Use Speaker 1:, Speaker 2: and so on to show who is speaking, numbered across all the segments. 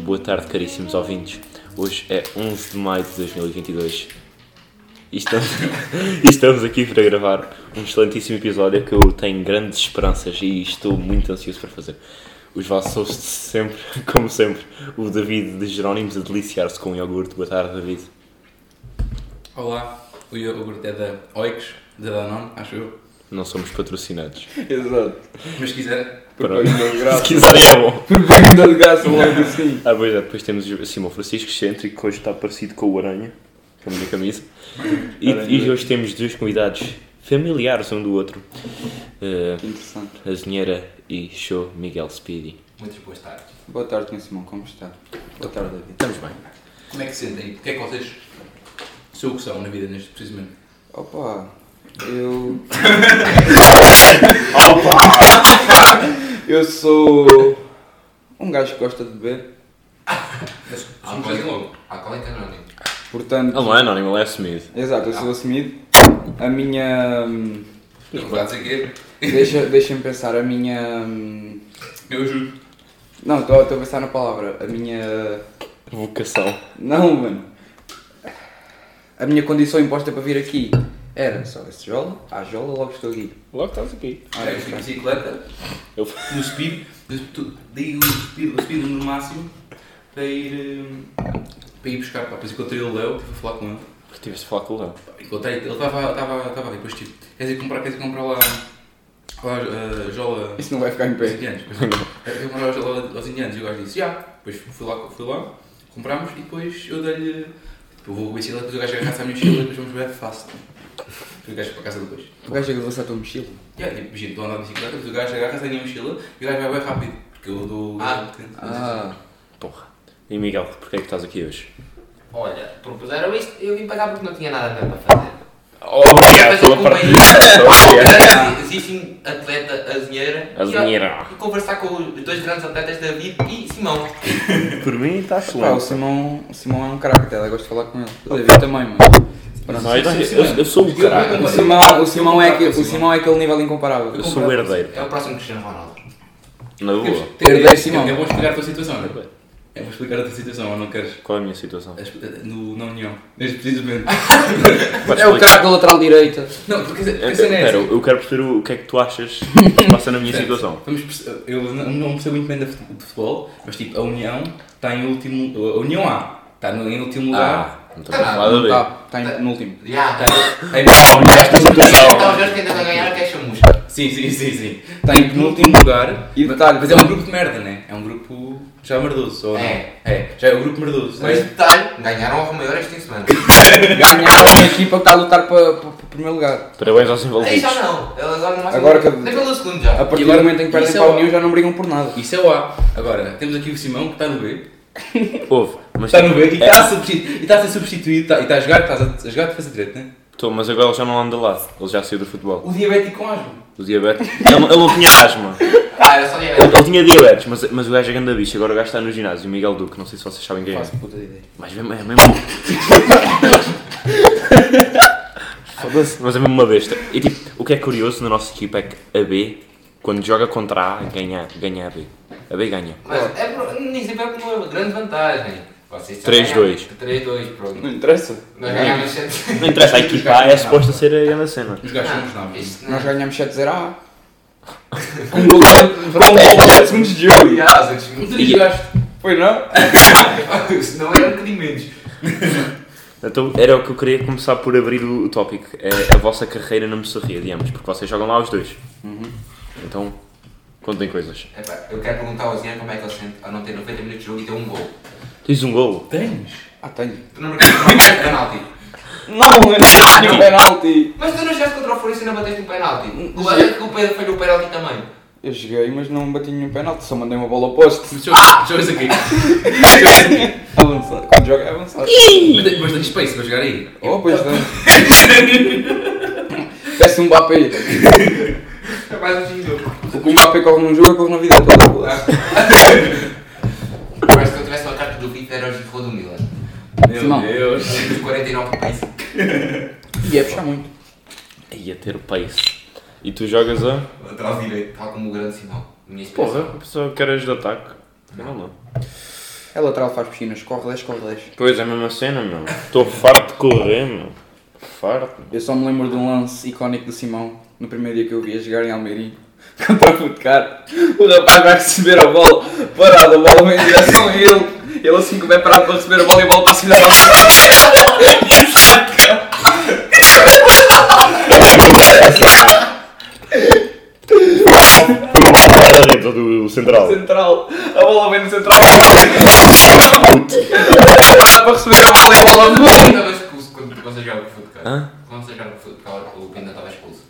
Speaker 1: Boa tarde, caríssimos ouvintes. Hoje é 11 de maio de 2022 e estamos, e estamos aqui para gravar um excelentíssimo episódio que eu tenho grandes esperanças e estou muito ansioso para fazer. Os vossos hosts de sempre, como sempre, o David de Jerónimos a deliciar-se com um iogurte. Boa tarde, David.
Speaker 2: Olá, o iogurte é da Oix, da Danone, acho eu.
Speaker 1: Não somos patrocinados.
Speaker 3: Exato.
Speaker 2: Mas se quiser,
Speaker 1: Pronto.
Speaker 3: Propaganda de
Speaker 1: Se
Speaker 3: graça.
Speaker 1: quiserem é bom.
Speaker 3: Propaganda de graça, logo assim.
Speaker 1: Ah, pois é, depois temos o Simão Francisco Cêntrico, que hoje está parecido com o Aranha, com a minha camisa. E, e hoje temos dois convidados familiares um do outro. Eh,
Speaker 3: Interessante.
Speaker 1: a Zinheira e show Miguel Speedy.
Speaker 2: muitas boas tardes.
Speaker 3: Boa tarde, Sr. Simão, como está? Boa tarde, David.
Speaker 1: Estamos bem.
Speaker 2: Como é que se sentem? O que é que vocês são o que são na vida neste preciso momento?
Speaker 3: Opa, eu. eu sou. um gajo que gosta de beber,
Speaker 2: Mas Alcoólico logo. Alcoólico anónimo.
Speaker 3: portanto.
Speaker 1: Ele não é anónimo, ele é assumido.
Speaker 3: Exato, eu sou assumido. A minha. hum,
Speaker 2: Não vou dizer que
Speaker 3: Deixa, deixa-me pensar, a minha. hum,
Speaker 2: é. Eu juro.
Speaker 3: Não, estou a pensar na palavra. A minha.
Speaker 1: Vocação.
Speaker 3: Não, mano. A minha condição imposta para vir aqui era só esse jola, à jola, logo estou aqui.
Speaker 1: Logo estás aqui.
Speaker 3: Olha,
Speaker 2: Já que fui de
Speaker 3: está.
Speaker 2: bicicleta,
Speaker 1: Eu-
Speaker 2: no speed, mas tu- dei o speed, o speed no máximo para ir, hum, para ir buscar. Pá, depois encontrei o Léo, estive a falar com ele.
Speaker 1: Porque tiveste falar com o Léo.
Speaker 2: Encontrei, ele estava estava estava ali, depois tipo, quer dizer comprar, quer dizer comprar lá, lá eh, a jola
Speaker 3: Isso não vai ficar em
Speaker 2: aos
Speaker 3: pé.
Speaker 2: indianos. Depois, eu comprava jola aos indianos e o gajo disse, já. Depois fui lá, fui lá, comprámos e depois eu dei-lhe, tipo, eu vou com a bicicleta, depois o gajo agarra-se à minha mochila e depois vamos ver fast. Depois o gajo para casa depois.
Speaker 3: O gajo é que lança a tua mochila.
Speaker 2: E aí, tipo, imagina, estou a andar de bicicleta, depois o gajo agarra-se à minha mochila e o gajo vai bem rápido. Porque eu dou... Ah,
Speaker 3: Ah,
Speaker 1: Porra. E Miguel, porquê é que estás aqui hoje?
Speaker 4: Olha, propuseram isto, eu vim para cá porque não tinha nada mesmo para fazer.
Speaker 1: Oh, Obrigado
Speaker 4: Mas
Speaker 1: pela
Speaker 4: eu comprei-
Speaker 1: é partida. é
Speaker 4: Existe um atleta azinheira. e-
Speaker 1: Azinheira.
Speaker 4: E conversar com os dois grandes atletas, David e Simão.
Speaker 1: Por mim está
Speaker 3: pá, o
Speaker 1: excelente.
Speaker 3: Simão, o Simão é um caraca, ela gosta de falar com ele. O David também, mano. Pronto.
Speaker 1: Não, eu, é- eu- eu sou o caralho.
Speaker 3: O Simão, o Simão, é, que, o Simão é aquele nível incomparável.
Speaker 1: Eu sou o herdeiro.
Speaker 4: É o próximo Cristiano Ronaldo.
Speaker 1: Na boa.
Speaker 3: Herdeiro Simão.
Speaker 2: Eu vou tipo, explicar a tua situação, não é? Eu vou explicar a tua situação, ou não queres?
Speaker 1: Qual é a minha situação?
Speaker 2: As- No, na União, neste preciso momento.
Speaker 1: Podes
Speaker 3: É o
Speaker 1: explicar?
Speaker 3: craque da lateral direita.
Speaker 2: Não, porque
Speaker 1: Eu- eu-
Speaker 2: a cena é
Speaker 1: Espera,
Speaker 2: essa.
Speaker 1: eu quero perceber o o que é que tu achas que se passa na minha situação.
Speaker 2: Vamos perce- eu não não percebo muito bem da fute- de futebol, mas tipo, a União está em último. A União A está no- em último lugar.
Speaker 1: Ah, não estou a falar a ver.
Speaker 3: Tá, tá em- no último.
Speaker 4: Já, tá.
Speaker 2: Está em-
Speaker 4: Então, os dois que ainda não ganharam, que é chamusca.
Speaker 2: Sim, sim, sim, sim. Está em penúltimo lugar.
Speaker 3: E detalhe,
Speaker 2: Mas é um grupo de merda, né? É um grupo já merdoso. Ou não?
Speaker 4: É.
Speaker 2: é. Já é o grupo merdoso.
Speaker 4: Mas
Speaker 2: Mas
Speaker 4: detalhe, ganharam o Romeu este fim de semana.
Speaker 3: Ganharam uma equipa que está a lutar para para- para o primeiro lugar.
Speaker 1: Parabéns aos
Speaker 4: Aí já tá.
Speaker 1: envolvidos.
Speaker 4: não. Eles agora no máximo.
Speaker 3: Agora que-
Speaker 4: Nem pelo segundo já.
Speaker 3: A partir
Speaker 2: agora-
Speaker 3: do momento em que perdem
Speaker 2: isso é
Speaker 3: para a
Speaker 2: o-
Speaker 3: União já não brigam por nada.
Speaker 2: isso é o A. Agora, temos aqui o Simão que está no B.
Speaker 1: Ouve, mas
Speaker 2: Está Tá no B e está a, substitu- e está a ser substituído. está- e está a jogar, está a, a jogar de fazer direito, né?
Speaker 1: Tô, mas agora ele já não anda lá. Ele já saiu do futebol.
Speaker 2: O diabético com asma.
Speaker 1: O diabetes. Ele, ele não tinha asma.
Speaker 4: Ah, eu só ia.
Speaker 1: Ele, ele tinha diabetes, mas, mas o gajo é grande bicho. Agora o gajo está no ginásio. O Miguel Duque, não sei se vocês sabem quem é.
Speaker 3: Faço puta ideia.
Speaker 1: Mas é mesmo. É mesmo... Foda-se, mas é mesmo uma besta. E tipo, o que é curioso na nossa equipa é que a B, quando joga contra A, ganha, ganha a B. A B ganha.
Speaker 4: Mas é pro- nem sempre é uma grande vantagem. Vocês já
Speaker 1: 3-2.
Speaker 4: ganharam. 3-2, pronto.
Speaker 3: Não interessa.
Speaker 4: Nós ganhámos 7
Speaker 1: Não interessa, a equipa A é suposta ser a grande cena.
Speaker 2: Os gajos somos novos.
Speaker 4: Isto não. é
Speaker 3: Nós ganhamos 7-0 A. Com um gol de 7 segundos de jogo.
Speaker 4: Ah, os outros
Speaker 2: Mas
Speaker 4: minutos.
Speaker 2: tu ligaste.
Speaker 3: Foi não?
Speaker 4: Se não era um bocadinho menos.
Speaker 1: Então era o que eu queria começar por abrir o, o tópico. É a vossa carreira na Moçarria, digamos, porque vocês jogam lá os dois. Então, contem coisas.
Speaker 4: Epá, eu quero perguntar ao Zinho como é que ele se sente ao não ter 90 minutos de jogo e ter um gol.
Speaker 1: Tens um golo.
Speaker 2: Tens?
Speaker 3: Ah, tenho.
Speaker 4: Tu não marcaste um penalti.
Speaker 3: Não, eu não tenho penalti.
Speaker 4: Mas tu não jogaste contra o Florencio e não bateste um penalti. O Barreto que o Pedro falhou o penalti também.
Speaker 3: Eu joguei, mas não bati nenhum penalti, só mandei uma bola ao poste.
Speaker 2: Mas jogas aqui.
Speaker 3: Avançado. Quando joga é avançado.
Speaker 2: Mas tem- mas tens space para jogar aí.
Speaker 3: Oh, pois não. Peço um Mbappé.
Speaker 4: É mais um xingo.
Speaker 3: O que o Mbappé corre num jogo, eu corro na vida toda.
Speaker 4: Parece que eu tivesse uma carta do FIFA era o Gifo do Milan.
Speaker 2: Meu
Speaker 3: Simão.
Speaker 2: Deus.
Speaker 4: Temos 49 pais.
Speaker 3: E é puxar muito.
Speaker 1: Ia ter pace. E tu jogas a.
Speaker 4: Atrás direito, tal como o grande Simão. Minha
Speaker 1: Porra,
Speaker 4: inspiração.
Speaker 1: eu pensava que eras de ataque. Não, não.
Speaker 3: É lateral, faz piscinas, corre 10, corre 10.
Speaker 1: Pois é a mesma cena, meu. Estou farto de correr, meu. Farto.
Speaker 3: Eu só me lembro de um lance icónico do Simão, no primeiro dia que eu vi a jogar em Almeirim, contra o Futecar. O rapaz vai receber a bola, parado, a bola vem em direção a ele. Ele assim como é parado para receber a bola e a bola passa na bola.
Speaker 1: Está dentro do central.
Speaker 3: Central, a bola vem no central. É parado para receber a bola e a bola
Speaker 4: Quem
Speaker 3: vem.
Speaker 4: estava expulso quando você jogava com o futebol?
Speaker 1: Hã?
Speaker 4: Quando você jogava com o futebol, o Pina estava expulso.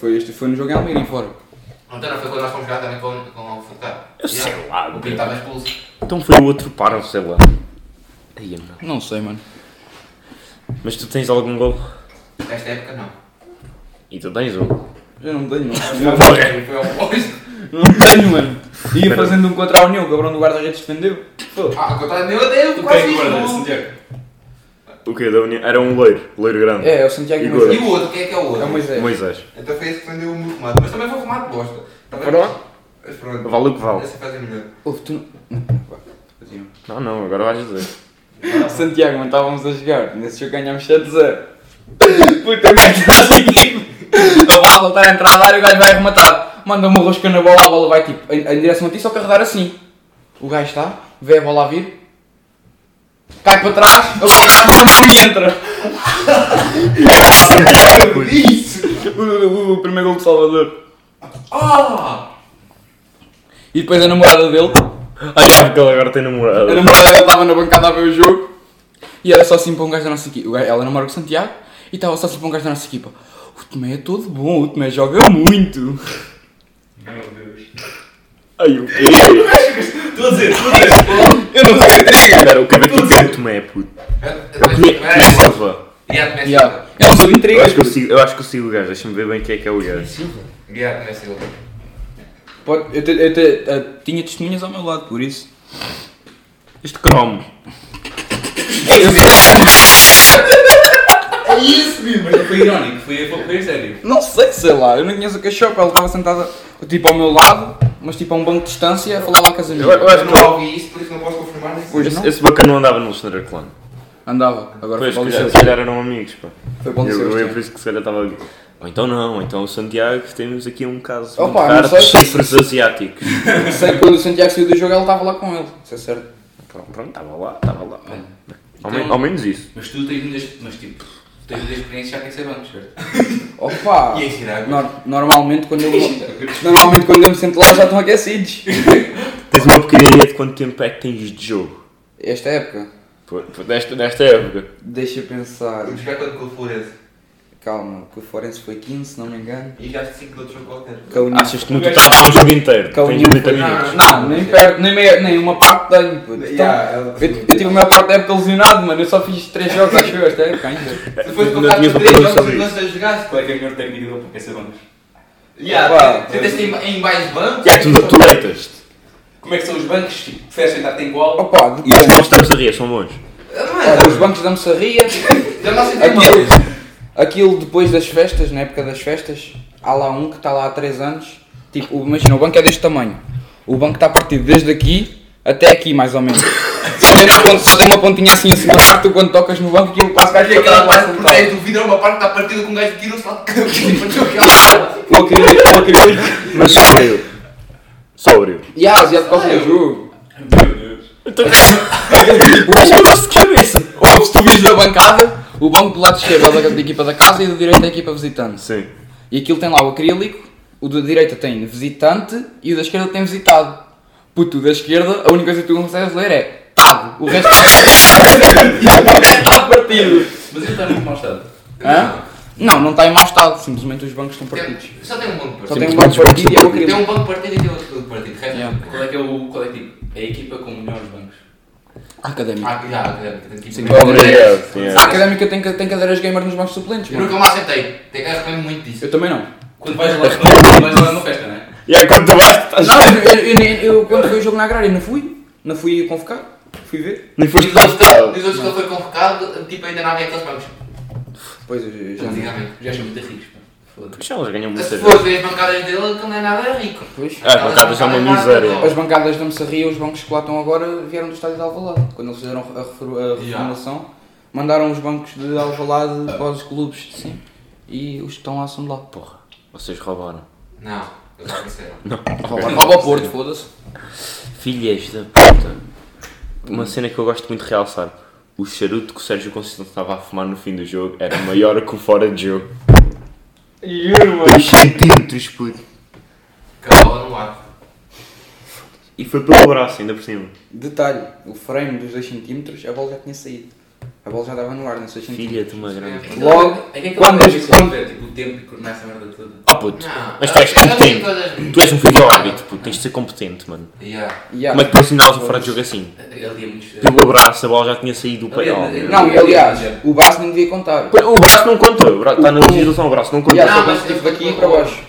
Speaker 3: Foi este, foi no jogo em Almeirim, fora.
Speaker 4: Ontem não foi quando nós fomos jogar também com, com o futebol.
Speaker 1: Eu sei lá,
Speaker 4: O
Speaker 1: meu.
Speaker 4: Pina estava expulso.
Speaker 1: Então foi o outro para, sei lá. Aí, meu.
Speaker 3: Não sei, mano.
Speaker 1: Mas tu tens algum gol?
Speaker 4: Nesta época não.
Speaker 1: E tu tens um?
Speaker 3: Eu não tenho, não.
Speaker 1: Porra!
Speaker 4: Foi ao oposto.
Speaker 3: Não tenho, mano. Ia fazendo um contra a União, o cabrão do guarda-redes defendeu. Pô.
Speaker 4: Ah, contrário, meu Deus,
Speaker 2: Tu
Speaker 4: quase
Speaker 2: quem
Speaker 4: fiz
Speaker 2: guarda,
Speaker 4: gol.
Speaker 2: Santiago?
Speaker 1: O quê? Da União? Era um loiro. Loiro grande.
Speaker 3: É, é o Santiago
Speaker 1: E
Speaker 3: e
Speaker 1: Moisés.
Speaker 4: E o outro, quem é que é o
Speaker 3: É
Speaker 4: outro?
Speaker 3: o Moisés.
Speaker 1: Moisés.
Speaker 4: Então foi esse que prendeu o meu remate. Mas também foi um remate de bosta. Também-
Speaker 1: Pronto.
Speaker 4: Mas pronto.
Speaker 1: Vale o que vale.
Speaker 4: Essa faz a melhor.
Speaker 3: Ouve, tu não...
Speaker 1: Não, não, agora vais dizer.
Speaker 3: Santiago, mas estávamos a jogar. Nesse jogo ganhámos 7-0. Puta, o gajo está assim. A bola voltar a entrar na área, o gajo vai arrematar. Manda uma rosca na bola, a bola vai tipo em, em direção a ti, só que a rodar assim. O gajo está, vê a bola a vir. Cai para trás, a bola cai para trás e entra.
Speaker 4: Isso!
Speaker 3: O, o- o primeiro gol do Salvador.
Speaker 4: Ah!
Speaker 3: E depois a namorada dele.
Speaker 1: Ah, já, porque ele agora tem namorado.
Speaker 3: A namorada dela estava na bancada a ver o jogo e era só assim para um gajo da nossa equipa. O gajo- Ela namora com o Santiago e estava só assim para um gajo da nossa equipa. O Tomé é todo bom, o Tomé joga muito.
Speaker 2: Meu Deus.
Speaker 1: Ai, o quê?
Speaker 2: Estou a dizer, estou a dizer.
Speaker 3: Eu não sei o que é.
Speaker 1: Cara, o cabelo do Zé Tomé, é puto. Eu conhe- conheço Silva.
Speaker 4: Guiado Tomé
Speaker 3: Yeah.
Speaker 4: Silva.
Speaker 3: É um jogo de
Speaker 1: Eu acho que eu
Speaker 3: intrigas.
Speaker 1: sigo, eu acho que eu sigo o gajo. Deixa-me ver bem quem é que é o gajo.
Speaker 4: Guiado Tomé Silva.
Speaker 3: Pode- Eu, te- eu te- eu tinha testemunhas ao meu lado, por isso.
Speaker 1: Este cromo.
Speaker 4: É isso, mesmo!
Speaker 2: Mas não foi irónico, foi, foi, foi a sério.
Speaker 3: Não sei, sei lá, eu não conheço o cachorro, ela estava sentada tipo ao meu lado, mas tipo a um banco de distância a falar lá com as
Speaker 1: Eu, eu
Speaker 3: amigas.
Speaker 1: acho
Speaker 4: Eu
Speaker 1: que
Speaker 4: não
Speaker 1: ele-
Speaker 4: ouvi isso, por isso não posso confirmar nem
Speaker 3: Pois não?
Speaker 1: esse, esse bacana não andava no Listener Clan.
Speaker 3: Andava, agora
Speaker 1: Pois,
Speaker 3: foi para o
Speaker 1: se calhar,
Speaker 3: Liceu.
Speaker 1: se calhar eram amigos, pá.
Speaker 3: Foi para o
Speaker 1: Eu,
Speaker 3: Liceu.
Speaker 1: eu, eu
Speaker 3: este
Speaker 1: por
Speaker 3: ano.
Speaker 1: isso que se calhar estava ali. Ou então não, ou então o Santiago temos aqui um caso
Speaker 3: Opa,
Speaker 1: muito
Speaker 3: não
Speaker 1: raro de
Speaker 3: sei.
Speaker 1: chifres asiáticos.
Speaker 3: Sei que quando o Santiago saiu do jogo, ela estava lá com ele. Isso é certo.
Speaker 1: Pronto, pronto, estava lá, estava lá. pá.
Speaker 3: É.
Speaker 1: Ao, men-
Speaker 2: Então-
Speaker 1: ao menos isso.
Speaker 2: Mas tu tens muitas. Mas tipo, tu tens muita experiência já quem ser banco, certo?
Speaker 3: Opa!
Speaker 4: E ensinar
Speaker 3: Nor- normalmente, quando eu, normalmente quando eu me sento lá já estão aquecidos.
Speaker 1: Tens uma pequena ideia de quanto tempo é que tens de jogo?
Speaker 3: Esta época,
Speaker 1: Pô, pô, Desta, desta época.
Speaker 3: deixa eu pensar.
Speaker 4: Vamos jogar contra o Florense.
Speaker 3: Calma, que o Forense foi 15, se não me engano.
Speaker 4: E jogaste 5 minutos jogo qualquer.
Speaker 3: Que a União-
Speaker 1: Achas que não tu estás com o é um jogo inteiro?
Speaker 3: que é um a
Speaker 1: Tens
Speaker 3: União
Speaker 1: 30
Speaker 3: foi-
Speaker 1: minutos.
Speaker 3: Não, nem, perto, nem, meia, nem uma parte tenho. puto. Então,
Speaker 4: Yeah, ela-
Speaker 3: eu, eu tive a maior parte da época lesionado, mano. Eu só fiz 3 jogos, acho eu, esta época ainda.
Speaker 4: Depois de
Speaker 1: Não
Speaker 4: contar
Speaker 1: tinhas
Speaker 4: com
Speaker 1: uma pergunta
Speaker 4: 3 jogos
Speaker 1: sobre
Speaker 4: que
Speaker 1: isso.
Speaker 4: você jogaste.
Speaker 2: Qual é que é a melhor técnica dele para quem ser banco?
Speaker 4: Yeah,
Speaker 3: Opa.
Speaker 4: Tentaste em, em mais bancos.
Speaker 1: E é, tu, tu deitas.
Speaker 2: Como é que são os bancos? Tipo, preferes sentar-te em igual?
Speaker 3: Opa,
Speaker 1: E é os
Speaker 3: depende.
Speaker 1: bons estamos a rir, são bons.
Speaker 3: Olha, os bancos da moçarria.
Speaker 4: Já
Speaker 2: Então,
Speaker 4: não aceitei
Speaker 3: Aquilo,
Speaker 4: mal.
Speaker 3: aquilo depois das festas, na época das festas, há lá um que está lá há 3 anos. Tipo, o- imagina, o banco é deste tamanho. O banco está partido desde aqui até aqui, mais ou menos. Só tem uma, pon- só tem uma pontinha assim em cima da parte, tu quando tocas no banco, aquilo quase cai
Speaker 4: Acho que
Speaker 3: para
Speaker 4: aquela
Speaker 3: trás.
Speaker 4: parte por trás do vidro é uma parte que está partida com um gajo que tira o salto de campo. e partiu aquela parte.
Speaker 3: Não acredito, não acredito.
Speaker 1: Mas sóbrio. Sóbrio.
Speaker 3: E há asiado qual foi o jogo?
Speaker 2: Meu Deus.
Speaker 3: Jogou-se é de cabeça. Ou se tu vires da bancada, o banco do lado esquerdo é da equipa da casa e do direito da equipa visitante.
Speaker 1: Sim.
Speaker 3: E aquilo tem lá o acrílico, o da direita tem visitante e o da esquerda tem visitado. Puto, o da esquerda, a única coisa que tu consegues ler é TAD. O resto está partido.
Speaker 2: Mas ele está muito mau estado.
Speaker 3: Hã? Não, não está em mau estado, simplesmente os bancos estão partidos.
Speaker 4: Tem- Só tem um banco
Speaker 3: Só
Speaker 4: partido.
Speaker 3: tem um banco partido e é o
Speaker 4: Tem
Speaker 3: acrílico.
Speaker 4: um banco partido e tem outro partido. Resto
Speaker 3: Yeah.
Speaker 2: Qual é que é o. Qual é que, tipo, é a equipa com melhores bancos?
Speaker 3: Académica.
Speaker 4: Ah, já, académico. Tem que
Speaker 3: Sim,
Speaker 4: ir para-
Speaker 1: Obrigado. sim,
Speaker 3: A
Speaker 1: é.
Speaker 3: académica tem, ca- tem cadeiras gamer nos bancos suplentes,
Speaker 4: Eu
Speaker 3: mano.
Speaker 4: nunca me aceitei. Tem que arrepender muito disso.
Speaker 3: Eu também não.
Speaker 2: Quando vais lá, quando vais lá numa festa, não é?
Speaker 1: E é quando tu vais, tu estás
Speaker 3: Não, eu, eu, eu, nem- eu quando foi o jogo na agrária não fui. Não fui convocar. Fui fui ver.
Speaker 1: Nem foste
Speaker 4: Diz hoje que ele-
Speaker 1: convocado.
Speaker 4: diz hoje que ele foi convocado, tipo, ainda não havia aqueles bancos.
Speaker 3: Pois eu já vi.
Speaker 4: Antigamente.
Speaker 2: Já chamo de risco. Foda-se.
Speaker 1: Pois já, eles ganham
Speaker 4: Se
Speaker 1: muita
Speaker 4: for ver as bancadas dele, ele não é nada rico.
Speaker 3: Pois.
Speaker 1: Ah, as bancadas são uma miséria.
Speaker 3: As bancadas não se riam, os bancos que lá estão agora vieram do estádio de Alvalade. Quando eles fizeram a refor- a reformulação, mandaram os bancos de Alvalade para os clubes, sim. E os que estão lá são de lá.
Speaker 1: Porra, vocês roubaram.
Speaker 4: Não, eles não conheceram.
Speaker 3: Rouba- Rouba o Porto, foda-se.
Speaker 1: Filhas da puta. Uma cena que eu gosto muito de realçar. O charuto que o Sérgio Conceição estava a fumar no fim do jogo era maior que o fora de jogo.
Speaker 3: Juro,
Speaker 1: 2 centímetros, puto.
Speaker 4: Acabou no ar.
Speaker 1: E foi pelo braço, ainda por cima.
Speaker 3: Detalhe, o frame dos 2 cm, a bola já tinha saído. A bola já estava no ar, nos 6 cm.
Speaker 1: Filha de uma grande.
Speaker 3: Logo,
Speaker 2: é que é que
Speaker 3: quando-
Speaker 2: quando eu
Speaker 3: quando-
Speaker 2: quando... tipo, o tempo e coordenar essa merda toda.
Speaker 1: Oh puto,
Speaker 3: Ah.
Speaker 4: Não,
Speaker 1: mas tu és
Speaker 4: eu- eu vi
Speaker 1: competente.
Speaker 4: todas-
Speaker 1: Tu és um filho árbitro, puto, tens de ser competente, mano.
Speaker 4: Yeah.
Speaker 1: Como é que tu assinalas o fora de jogo assim?
Speaker 2: Ali é muito estranho.
Speaker 1: Pelo braço, a bola já tinha saído do paiol.
Speaker 2: Aliás,
Speaker 3: Não, e aliás, o braço não devia contar.
Speaker 1: O braço não conta, o braço- está na
Speaker 3: O-
Speaker 1: legislação, o braço não
Speaker 3: E
Speaker 1: conta.
Speaker 3: há
Speaker 4: Não,
Speaker 3: só
Speaker 4: mas-
Speaker 3: tipo daqui para baixo.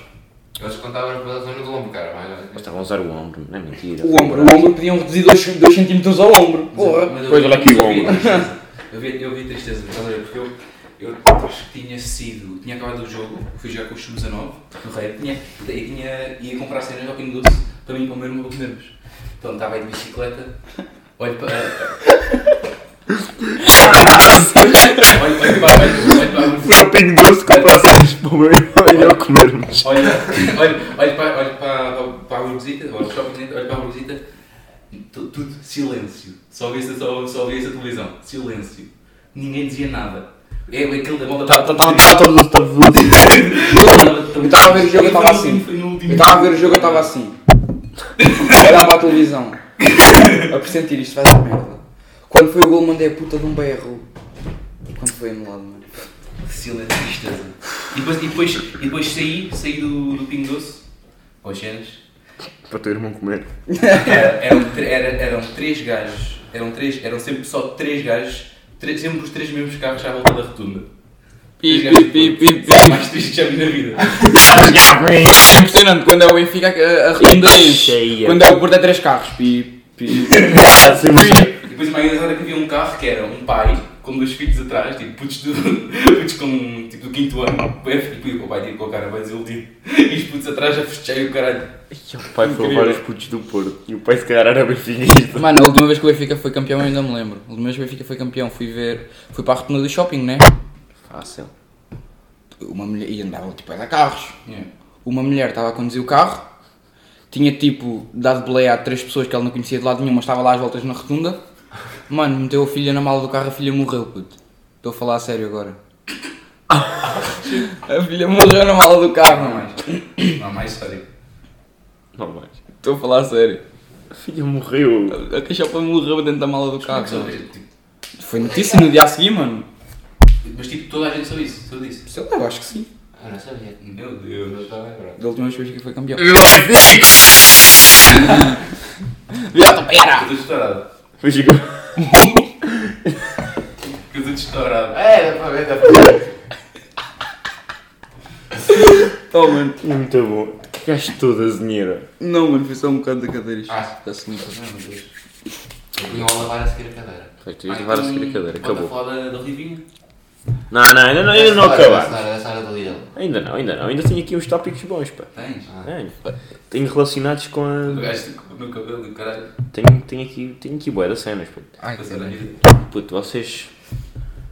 Speaker 4: Eles contavam pela zona do lombo, cara. Mas...
Speaker 1: Mas estavam a usar o ombro, não é mentira.
Speaker 3: O ombro, o ombro podiam reduzir 2 cm ao ombro. Porra.
Speaker 2: Mas eu
Speaker 1: Pois,
Speaker 2: vi-
Speaker 1: olha aqui o
Speaker 2: eu vi
Speaker 1: ombro.
Speaker 2: tristeza. Eu vi, eu vi tristeza, estás a ver? Porque eu, eu acho que tinha sido. Tinha acabado o jogo, fui jogar com os sub-19 no rei, tinha, e tinha, ia comprar cenas ao Pingo Doce para mim e para o meu irmão para comermos. Então estava aí de bicicleta, olho para. olho, olho para a frente, olho para a
Speaker 1: Fui ao Pingo Doce comprar cenas para o assim, tipo, meu irmão e eu comermos.
Speaker 2: Olha, olha, olha para, olha para, para a Urbisita, olha para o shopping, centro, olha para a Urbisita, tu- tudo silêncio. Só ouvia-se só, só ouvia-se a televisão, silêncio. Ninguém dizia nada. É aquele da bola
Speaker 3: Tá,
Speaker 1: Estava todo
Speaker 3: Eu estava a ver o jogo, eu estava assim. Eu estava a ver o jogo, eu estava assim. Olhava para a televisão. A pressentir isto, vai dar merda. Quando foi o gol, mandei a puta de um berro. E quando foi anulado, mano?
Speaker 2: Silêncio, tristeza. E depois, e depois, e depois saí, saí do, do Pingo Doce, aos cenas.
Speaker 1: Para o teu irmão comer.
Speaker 2: Era- eram, tre- era- eram três gajos, eram, três, eram sempre só três gajos, tre- sempre os três mesmos carros à volta da rotunda. Três
Speaker 3: Pi,
Speaker 2: gajos
Speaker 3: pi, pi,
Speaker 2: de
Speaker 3: pi,
Speaker 2: ponto. É o mais triste que já vi na vida.
Speaker 3: É impressionante, quando é o Benfica, a
Speaker 1: redonda diz. Cheia. Quando
Speaker 3: é o Porto, é 3 carros. Pi, pi.
Speaker 2: E depois mais engraçado é que havia um carro que era um pai com dois filhos atrás, tipo putos do, putos com, tipo, do quinto ano, bué feliz, e o pai tipo, com a cara bem desiludido, e os putos atrás a festejar e o caralho.
Speaker 1: O pai foi levar os putos do Porto. E o pai se calhar era benfiquista.
Speaker 3: Mano, a última vez que o Benfica foi campeão, eu ainda me lembro. A última vez que o Benfica foi campeão, fui ver. Fui para a rotunda do shopping, né?
Speaker 1: Fácil.
Speaker 3: Uma mulher. E andavam tipo a dar carros. Uma mulher estava a conduzir o carro, tinha tipo dado boleia a três pessoas que ela não conhecia de lado nenhum, mas estava lá às voltas na rotunda. Mano, meteu a filha na mala do carro, a filha morreu, puto. Estou a falar a sério agora. a filha morreu na mala do carro,
Speaker 2: Não há
Speaker 3: mano.
Speaker 2: mais, não há mais tipo, sério.
Speaker 1: Não mais.
Speaker 3: Estou a falar a sério.
Speaker 1: A filha morreu.
Speaker 3: A cachopa morreu dentro da mala do
Speaker 2: Como é
Speaker 3: carro.
Speaker 2: que soube? Tipo,
Speaker 3: Foi notícia no dia a seguir, mano.
Speaker 2: Mas tipo, toda a gente soube isso, soube isso.
Speaker 3: Sei lá, eu acho que sim.
Speaker 4: Eu não sabia.
Speaker 2: Meu Deus.
Speaker 4: estava lembrado.
Speaker 3: Da última vez que foi campeão.
Speaker 1: Viado,
Speaker 2: Eu estou estourado.
Speaker 1: Foi Chico.
Speaker 2: Eu estou estourado.
Speaker 4: É, dá para ver, dá para ver.
Speaker 3: Oh, mano.
Speaker 1: Muito bom. Que gajo toda dinheiro.
Speaker 3: Não, mano, foi só um bocado da cadeira isto.
Speaker 4: Ah.
Speaker 3: Está assim.
Speaker 2: Ai, meu Deus.
Speaker 4: Eu punha a lavar a seguir a cadeira.
Speaker 1: Foi tu ias
Speaker 2: Ah,
Speaker 1: levar a
Speaker 2: então,
Speaker 1: seguir a cadeira.
Speaker 2: volta
Speaker 1: Acabou.
Speaker 2: a falar da- da Rivinha.
Speaker 1: Não, não, ainda não, ainda não
Speaker 4: Da Sara,
Speaker 1: acabaste.
Speaker 4: da Sara- da Sara do Lidl.
Speaker 1: Ainda não, ainda não. Ainda tenho aqui uns tópicos bons, pá.
Speaker 2: Tens?
Speaker 4: Ah.
Speaker 1: Tenho. Tenho relacionados com
Speaker 2: O
Speaker 1: a.
Speaker 2: gajo com o meu cabelo e o caralho.
Speaker 1: Tenho, tenho aqui, tenho aqui boé das cenas, puto.
Speaker 3: Ai,
Speaker 2: Passar a vida.
Speaker 1: Puto, vocês.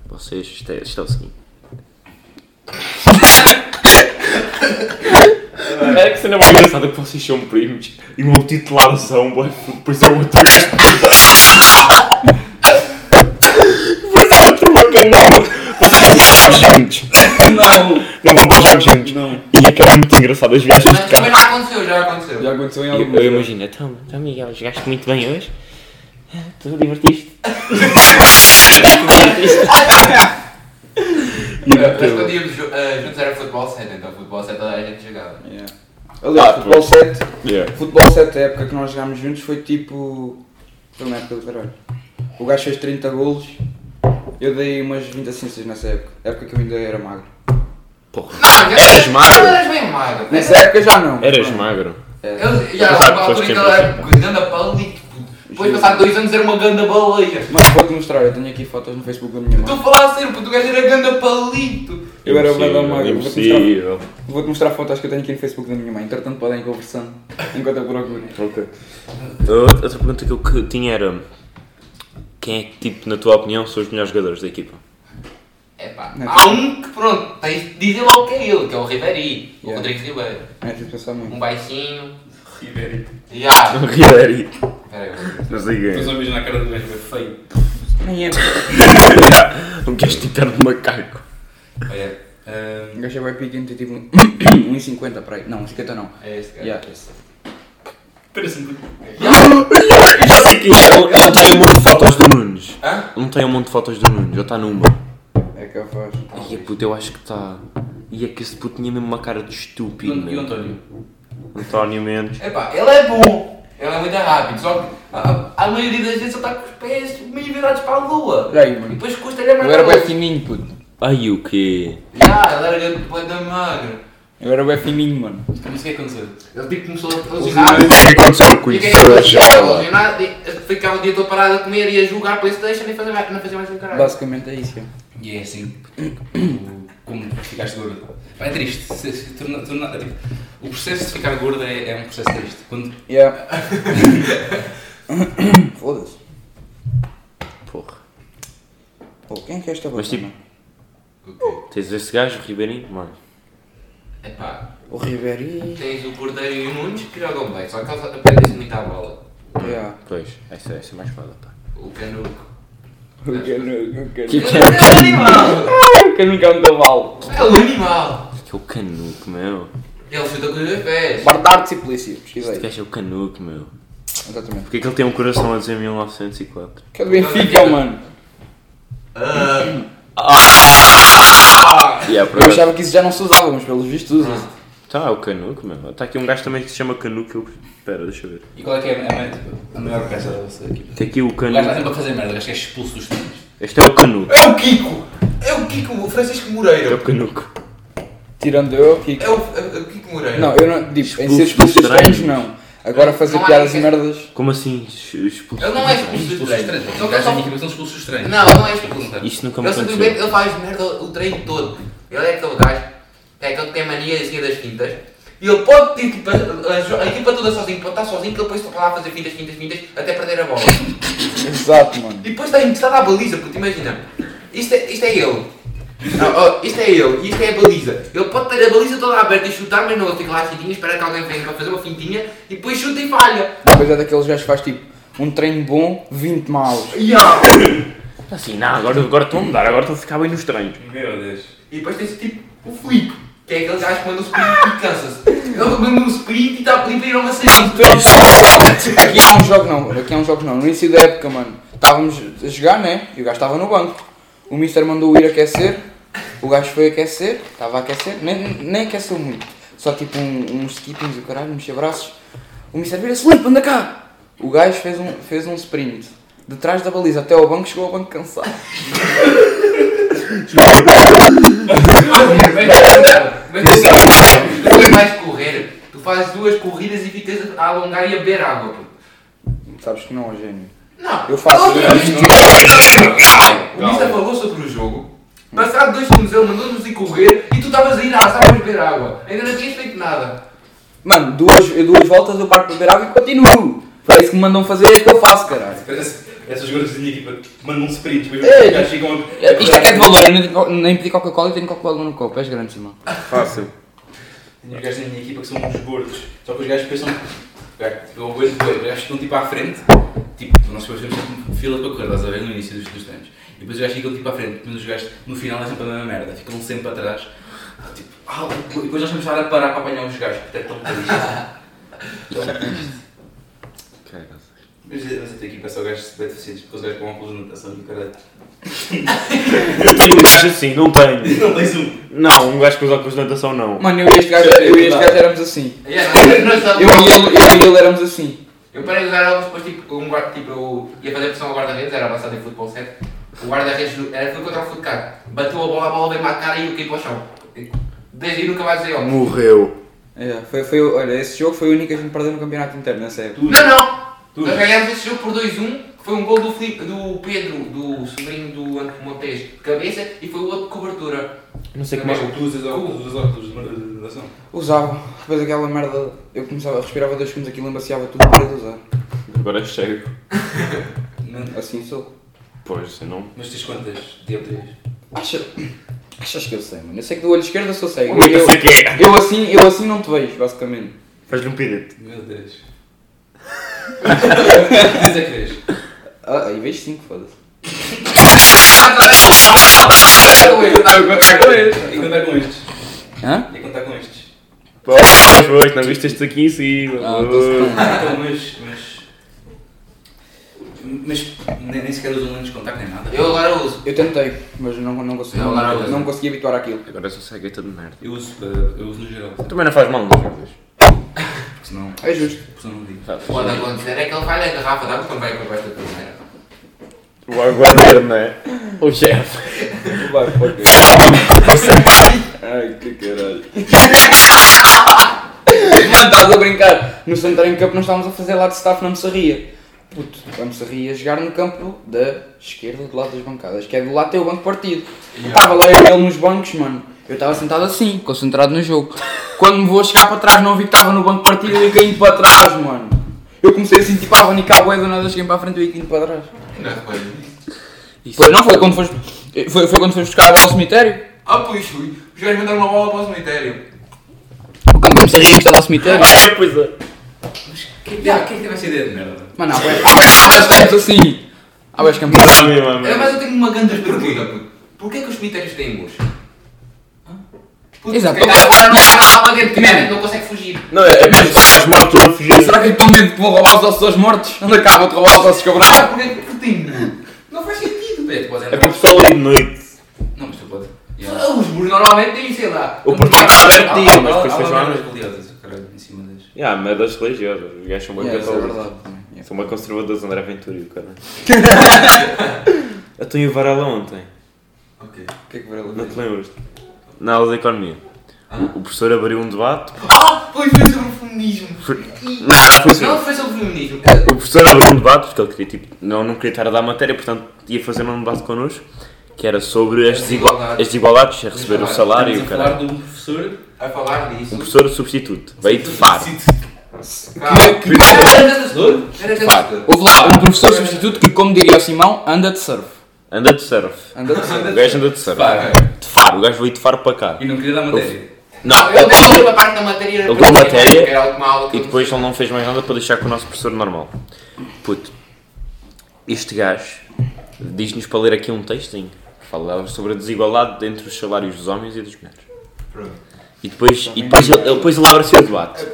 Speaker 1: Vocês. Isto é, isto é o seguinte. Era que cena mais engraçada que vocês são primos e o meu titularzão, boy, depois é outro gajo. Depois é outro bacana, não. Vocês não vão jogar juntos.
Speaker 3: Não!
Speaker 1: Não vão jogar juntos.
Speaker 3: Não.
Speaker 1: E é que era muito engraçado as viagens
Speaker 4: Mas
Speaker 1: de carro.
Speaker 4: também já aconteceu, já aconteceu.
Speaker 3: Já aconteceu em
Speaker 1: Eu,
Speaker 3: algum
Speaker 1: eu imagino, então, então Miguel, jogaste muito bem hoje. Ah, Tu divertiste.
Speaker 4: Mas quando íamos ju- eh, juntos era futebol 7, então futebol 7 toda a gente jogava.
Speaker 3: Yeah. Aliás,
Speaker 1: Ah,
Speaker 3: futebol 7,
Speaker 1: Yeah.
Speaker 3: futebol 7, a época que nós jogámos juntos foi tipo. Foi uma época do caralho. O gajo fez 30 golos, eu dei umas 20 assistências nessa época. Época que eu ainda era magro.
Speaker 1: Porra.
Speaker 4: Não, já-
Speaker 1: Eras magro?
Speaker 4: Não eras bem magro.
Speaker 3: é. Nessa época já não. É.
Speaker 1: Eras magro.
Speaker 4: Eu já
Speaker 1: Claro,
Speaker 4: era
Speaker 1: pessoas
Speaker 4: uma altura que
Speaker 1: sempre
Speaker 4: ele era grande a pau e tipo, Depois de passar dois anos era uma ganda baleia.
Speaker 3: Mano, vou-te mostrar, eu tenho aqui fotos no Facebook da minha
Speaker 4: Estou
Speaker 3: mãe.
Speaker 4: a falar a sério, puto, o gajo era ganda palito.
Speaker 3: Eu era bué da
Speaker 1: Impossível,
Speaker 3: magro, vou-te mostrar.
Speaker 1: Impossível.
Speaker 3: Vou-te mostrar fotos que eu tenho aqui no Facebook da minha mãe, entretanto podem ir conversando enquanto eu procuro.
Speaker 1: Ok. Outra outra pergunta que eu que tinha era: quem é que, tipo, na tua opinião, são os melhores jogadores da equipa?
Speaker 4: É pá,
Speaker 3: Não é
Speaker 4: há um que pronto, tens de dizer logo que é ele, que é o Ribeirinho, o
Speaker 3: Yeah.
Speaker 4: Rodrigo Ribeiro.
Speaker 3: Não é preciso pensar muito.
Speaker 4: Um baixinho.
Speaker 2: Ribeiro.
Speaker 4: Já.
Speaker 1: O Ribéry.
Speaker 4: Pera aí, eu-
Speaker 1: Não sei
Speaker 2: Depois
Speaker 1: quem.
Speaker 2: ao mesmo na cara do gajo, é feio.
Speaker 3: Nem é.
Speaker 1: Um gajo de perna de macaco.
Speaker 2: Olha, ah,
Speaker 3: O gajo é bem pequeno, tem tipo um- 1,50 para aí. Não, 1,50 não.
Speaker 4: é este cara.
Speaker 3: Yeah.
Speaker 2: parece-me.
Speaker 1: Já sei quem é. Ele ele tem um monte de fotos do Nunes.
Speaker 4: Hã?
Speaker 1: Não tem um monte de fotos do Nunes, ele está numa.
Speaker 3: É capaz.
Speaker 1: Ai, puto, eu acho que está. E é que esse puto tinha mesmo uma cara de
Speaker 2: E
Speaker 1: estúpido,
Speaker 2: o e o
Speaker 1: meu.
Speaker 2: António?
Speaker 1: António Mendes.
Speaker 4: É pá, ele é bom. Ele é muito rápido, só que a, a- a maioria das vezes ele está com os pés meio virados para a lua.
Speaker 3: Olha aí,
Speaker 4: E
Speaker 3: mano.
Speaker 4: depois custa-lhe a
Speaker 3: Eu
Speaker 4: marcar
Speaker 3: era bem
Speaker 4: gol.
Speaker 3: fininho, puto.
Speaker 1: Ai, o quê?
Speaker 4: Já, ele era grande boi da magro.
Speaker 3: Eu era bem fininho, mano.
Speaker 2: Mas o que é que aconteceu?
Speaker 4: Ele tipo começou a
Speaker 1: O
Speaker 4: lesionar.
Speaker 1: que é que aconteceu com
Speaker 4: E o que é
Speaker 1: isso?
Speaker 4: que ele
Speaker 1: Foi a
Speaker 4: fazia? Ele
Speaker 1: jaula.
Speaker 4: lesionava e Ficava o dia todo parado a comer e a jogar Playstation e fazer mais- não fazia mais um caralho.
Speaker 3: Basicamente é isso, cara.
Speaker 2: E é assim como ficaste gordo. Pá, É triste. Se- se torna- torna- tipo, o processo de ficar gordo é, é um processo triste. Quando
Speaker 3: Yeah. Foda-se.
Speaker 1: Porra.
Speaker 3: Pô, quem é que é esta
Speaker 1: Mas,
Speaker 3: Mas
Speaker 1: tipo, Tens esse gajo, o Ribeirinho? Mano.
Speaker 4: É pá,
Speaker 3: O Ribeirinho.
Speaker 4: tens o Cordeiro e o Nunes que jogam bem, só que eles aprendem muito à bola.
Speaker 3: Yeah.
Speaker 1: Pois, essa, essa é mais foda, pá.
Speaker 4: O Canuco.
Speaker 3: O Canuco, o
Speaker 1: Que
Speaker 3: Canuco.
Speaker 1: que
Speaker 4: Ele é um animal!
Speaker 3: O Canuco é um cavalo.
Speaker 4: É um animal!
Speaker 1: Que é o canuco, meu.
Speaker 4: Ele chuta com os dois pés.
Speaker 3: Bardartes e polícia, pesquisei.
Speaker 1: Este gajo é o canuco, meu.
Speaker 3: Exatamente.
Speaker 1: Porquê é que ele tem um coração a dizer 1904?
Speaker 3: Que é do Benfica, mano.
Speaker 4: Ah,
Speaker 1: E é
Speaker 3: Eu achava que isso já não se usava, mas pelos vistos usa-se.
Speaker 1: Tá, é o canuco, meu. Está aqui um gajo também que se chama canuco. Eu... Pera, deixa eu ver.
Speaker 2: E qual é que é a, a, tipo, a maior peça da vossa equipa?
Speaker 1: Tem aqui o
Speaker 2: O gajo está
Speaker 1: canuco.
Speaker 2: sempre a fazer merda, o gajo que é expulso dos times.
Speaker 1: Este é o canuco.
Speaker 4: É o Kiko! É o Kiko, o Francisco
Speaker 1: Este é
Speaker 4: Moreira!
Speaker 1: o canuco.
Speaker 3: Tirando eu, que.
Speaker 4: É o, é o Kiko Moreira!
Speaker 3: Não, eu não. Digo, em
Speaker 1: Expulso
Speaker 3: ser expulso dos
Speaker 1: dos
Speaker 3: treinos, não. Agora fazer
Speaker 4: Não há
Speaker 3: piadas e
Speaker 4: ninguém-
Speaker 3: merdas.
Speaker 1: Como assim? ex- Expulso?
Speaker 4: Ele não é expulso do
Speaker 2: Expulso dos
Speaker 4: treino.
Speaker 2: treinos.
Speaker 4: Ele
Speaker 2: O gajo
Speaker 4: quer
Speaker 2: da
Speaker 4: só
Speaker 2: minha equipa são expulsos dos treinos.
Speaker 4: Não, não é expulso.
Speaker 1: Isto nunca me
Speaker 4: Ele
Speaker 1: aconteceu.
Speaker 4: simplesmente ele faz merda o treino todo. Ele é aquele gajo que é aquele que tem mania de seguir das fintas. E ele pode ter tipo, a, a jo- a equipa toda sozinho, pode estar sozinho, que ele depois está lá a fazer fintas, fintas, fintas, até perder a bola.
Speaker 3: Exato, mano.
Speaker 4: E depois está encostado à baliza, puto, imagina. Isto é, isto é ele. Não, oh, isto é ele e isto é a baliza. Ele pode ter a baliza toda aberta e chutar, mas não, ele fica lá fininho, espera que alguém venha para fazer uma fintinha e depois chuta e falha.
Speaker 3: Depois é daqueles gajos que faz tipo um treino bom, 20 maus.
Speaker 4: Yeah.
Speaker 1: Assim, não, agora, agora estão a mudar, agora estão a ficar bem nos treinos.
Speaker 2: Meu Deus.
Speaker 4: E depois tem-se tipo o Flico, que é aquele gajo que manda o sprint e cansa-se. Ele manda um sprint e está a pedir para ir a uma saída.
Speaker 3: Aqui há um jogo não, aqui há um jogo não. No início da época, mano, estávamos a jogar, né? E o gajo estava no banco. O mister mandou ir aquecer, o gajo foi aquecer, estava a aquecer, nem, nem aqueceu muito. Só tipo um- uns skippings e o caralho, mexer braços. O mister vira-se, "Lipa, anda cá! O gajo fez um, fez um sprint. De trás da baliza até ao banco, chegou ao banco cansado.
Speaker 4: Mas tu queres- tu queres mais correr, tu fazes duas corridas e ficas a alongar e a beber água. pô.
Speaker 3: Sabes que não é gênio.
Speaker 4: Não,
Speaker 3: Eu faço
Speaker 4: Outra
Speaker 3: isso.
Speaker 4: vez,
Speaker 3: não-
Speaker 4: O Mista falou sobre o jogo. Passado dois minutos ele mandou-nos ir correr e tu estavas a ir às águas beber água. Ainda não tinhas feito nada.
Speaker 3: Mano, duas, duas voltas eu paro para beber água e continuo. Foi isso que me mandam fazer, é que eu faço, caralho.
Speaker 2: Parece- Essas gordas da minha equipa mandam um sprint, depois
Speaker 3: Ei.
Speaker 2: os gajos ficam a.
Speaker 3: Isto é que é de valor, eu nem tenho co- nem pedi Coca-Cola e tenho Coca-Cola no copo, és grande, irmão.
Speaker 1: Fácil.
Speaker 2: Tenho os gajos da minha equipa que são uns gordos. Só que os gajos pensam. Gajo, tipo, eu vejo- Os gajos ficam tipo à frente. Tipo, nós fazemos sempre fila para correr, estás a ver no início dos, dos treinos. E depois os gajos ficam tipo à frente, mas os gajos no final é sempre a mesma merda, ficam sempre atrás. Tipo, ah, e depois nós vamos estar a parar para apanhar os gajos, porque é tão triste. Mas mas a tua equipa é só gajos bem deficientes, porque os gajos vão óculos de natação e o caralho.
Speaker 1: Eu tenho um gajo assim, não tenho.
Speaker 2: Não tens um.
Speaker 1: Não, um gajo com os óculos de natação não.
Speaker 3: Mano, eu e este gajo, eu e este gajo éramos assim.
Speaker 4: Yeah, nós- nós
Speaker 3: Eu
Speaker 4: estávamos-
Speaker 3: e ele, eu e ele éramos assim.
Speaker 4: Eu parei de usar elas depois, tipo, um guarda, tipo, eu ia fazer pressão ao guarda-redes, era avançado em futebol 7. O guarda-redes do- era foi contra o futebol, bateu a bola, a bola veio-me à cara e eu caí para o chão. Desde aí nunca mais usei óculos.
Speaker 1: Morreu.
Speaker 3: É, foi, foi, olha, esse jogo foi o único que a gente perdeu no campeonato interno, nessa época.
Speaker 4: Não, não!
Speaker 1: Tudo.
Speaker 4: Nós ganhámos esse jogo por 2-1, que foi um gol do, Filipe- do Pedro, do sobrinho do Anco Montes, de cabeça, e foi o outro de cobertura.
Speaker 1: Não sei como
Speaker 4: Também
Speaker 1: é que.
Speaker 2: Tu usas óculos, usas óculos de moderação.
Speaker 3: Usava, depois aquela merda, eu começava, respirava dois segundos aquilo, embaciava tudo para de usar.
Speaker 1: Agora é cego.
Speaker 2: Não-
Speaker 3: Assim sou.
Speaker 1: Pois, eu não.
Speaker 2: Mas tens quantas dioptrias?
Speaker 3: Acha, achas que eu sei, mano? Eu sei que do olho esquerdo eu sou cego.
Speaker 1: Muito
Speaker 3: Eu,
Speaker 1: sei que é.
Speaker 3: eu assim, eu assim não te vejo, basicamente.
Speaker 1: Faz-lhe um pirete.
Speaker 2: Meu Deus. Quantas é que vês?
Speaker 3: Ah, aí vejo cinco, foda-se.
Speaker 2: E contar com estes.
Speaker 3: Hã?
Speaker 2: E contar com estes.
Speaker 1: Pois, pois, não viste estes aqui em cima.
Speaker 3: Ah, então se-
Speaker 2: Então, mas. Mas. Mas nem, nem sequer usam lentes de contacto nem nada.
Speaker 4: Eu agora uso.
Speaker 3: Eu tentei, mas não, não consegui,
Speaker 4: Não, não, não.
Speaker 3: não, me consegui habituar àquilo.
Speaker 1: Agora sou cego e tudo merda.
Speaker 2: Eu uso, para- eu uso no geral, sabe?
Speaker 1: Também não faz mal, não fazes.
Speaker 2: porque senão,
Speaker 3: É justo.
Speaker 2: porque senão não digo.
Speaker 4: Pode acontecer é que ele vai na garrafa d'água quando vai para baixo da torneira.
Speaker 1: O aguardeiro, não é? O chefe.
Speaker 3: Vai, pode Ai, que caralho. Mano, estás a brincar. No Santarém Cup nós estávamos a fazer lá de staff na moçarria. Puto, a moçarria a jogar no campo da esquerda, do lado das bancadas, que é do lado teu banco partido. Estava lá ele nos bancos, mano. Eu estava sentado assim, concentrado no jogo. Quando me vou chegar para trás, não vi que estava no banco partido e caí para trás, mano. Eu comecei assim, tipo, a panicar, bué, do nada, cheguei para a frente e caí para trás.
Speaker 4: Não reparei nisso.
Speaker 3: Foi, não, foi quando foste, foi, foi quando foste buscar a bola ao cemitério?
Speaker 4: Ah, pois fui. Os gajos mandaram uma bola para o cemitério.
Speaker 3: O campo da moçarria que está lá ao cemitério?
Speaker 1: Ah, é, pois é.
Speaker 2: Quem que é que teve essa ideia de merda?
Speaker 3: Mano, há bué- há bué campos assim. Há bué campos assim.
Speaker 1: Dá mesmo, mano.
Speaker 4: É, mas eu tenho uma grande pergunta, puto. Porquê que os cemitérios têm muros? Hã? Puto,
Speaker 3: Exato.
Speaker 4: se calhar agora não há nada lá dentro, cara, não consegue fugir.
Speaker 1: Não, é, é para as mortes não fugir.
Speaker 3: Será que eu tenho medo que vão roubar os ossos aos mortos? Onde é acaba de roubar os ossos
Speaker 4: Ah,
Speaker 3: quebrados?
Speaker 4: porquê que tem muro? Não é? faz sentido, velho. Tu podes
Speaker 1: É para
Speaker 4: entrar.
Speaker 1: o pessoal ir de noite.
Speaker 2: Não, mas tu pode. Yeah.
Speaker 4: Ah, Os muros normalmente têm, sei lá.
Speaker 1: O é portão está aberto
Speaker 2: Há-
Speaker 1: dia, mas depois
Speaker 2: há- há
Speaker 1: foi
Speaker 2: merdas
Speaker 1: chamado.
Speaker 2: religiosas, caralho, em cima das.
Speaker 1: Ah, merdas religiosas. Os gajos são bem
Speaker 3: Yeah, isso é
Speaker 1: católicos.
Speaker 3: verdade. Yeah.
Speaker 1: São bem conservadores, André Ventura e o cara. Eu tenho o Varela ontem.
Speaker 2: Ok.
Speaker 3: O Ah. que é que vai
Speaker 1: Não te
Speaker 3: ali?
Speaker 1: lembras? Na aula da economia. O- O professor abriu um debate.
Speaker 4: Ah, pois foi sobre o feminismo.
Speaker 1: Não, não foi sobre-
Speaker 4: Não foi sobre o feminismo.
Speaker 1: O professor abriu um debate, porque ele queria, tipo, não, não queria estar a dar matéria, portanto ia fazer um debate connosco, que era sobre as, desigual, as desigualdades, a receber o salário e o
Speaker 2: Estamos a falar
Speaker 1: caralho.
Speaker 2: de um professor.
Speaker 4: A falar disso.
Speaker 1: Um professor substituto, veio de Faro.
Speaker 4: Calma.
Speaker 3: Que- que-
Speaker 4: Era assessor? Era
Speaker 3: Pá,
Speaker 4: assessor.
Speaker 3: Houve lá um professor substituto que, como diria o Simão, anda de surf.
Speaker 1: Anda de surf.
Speaker 3: Anda de surf.
Speaker 1: O gajo anda de surf. De Faro, o gajo veio de Faro para cá.
Speaker 2: E não queria dar matéria.
Speaker 1: Não,
Speaker 4: Eu
Speaker 1: ele
Speaker 4: dei uma
Speaker 1: deu-
Speaker 4: parte da matéria.
Speaker 1: ele
Speaker 4: para
Speaker 1: deu
Speaker 4: ele,
Speaker 1: matéria
Speaker 4: que era a última aula que
Speaker 1: e
Speaker 4: eu-
Speaker 1: depois ele não fez mais nada para deixar com o nosso professor normal. Puto, este gajo diz-nos para ler aqui um textinho. Falava sobre a desigualdade entre os salários dos homens e das mulheres.
Speaker 4: Pronto.
Speaker 1: E depois, e depois, ele, ele- depois ele abre-se o debate.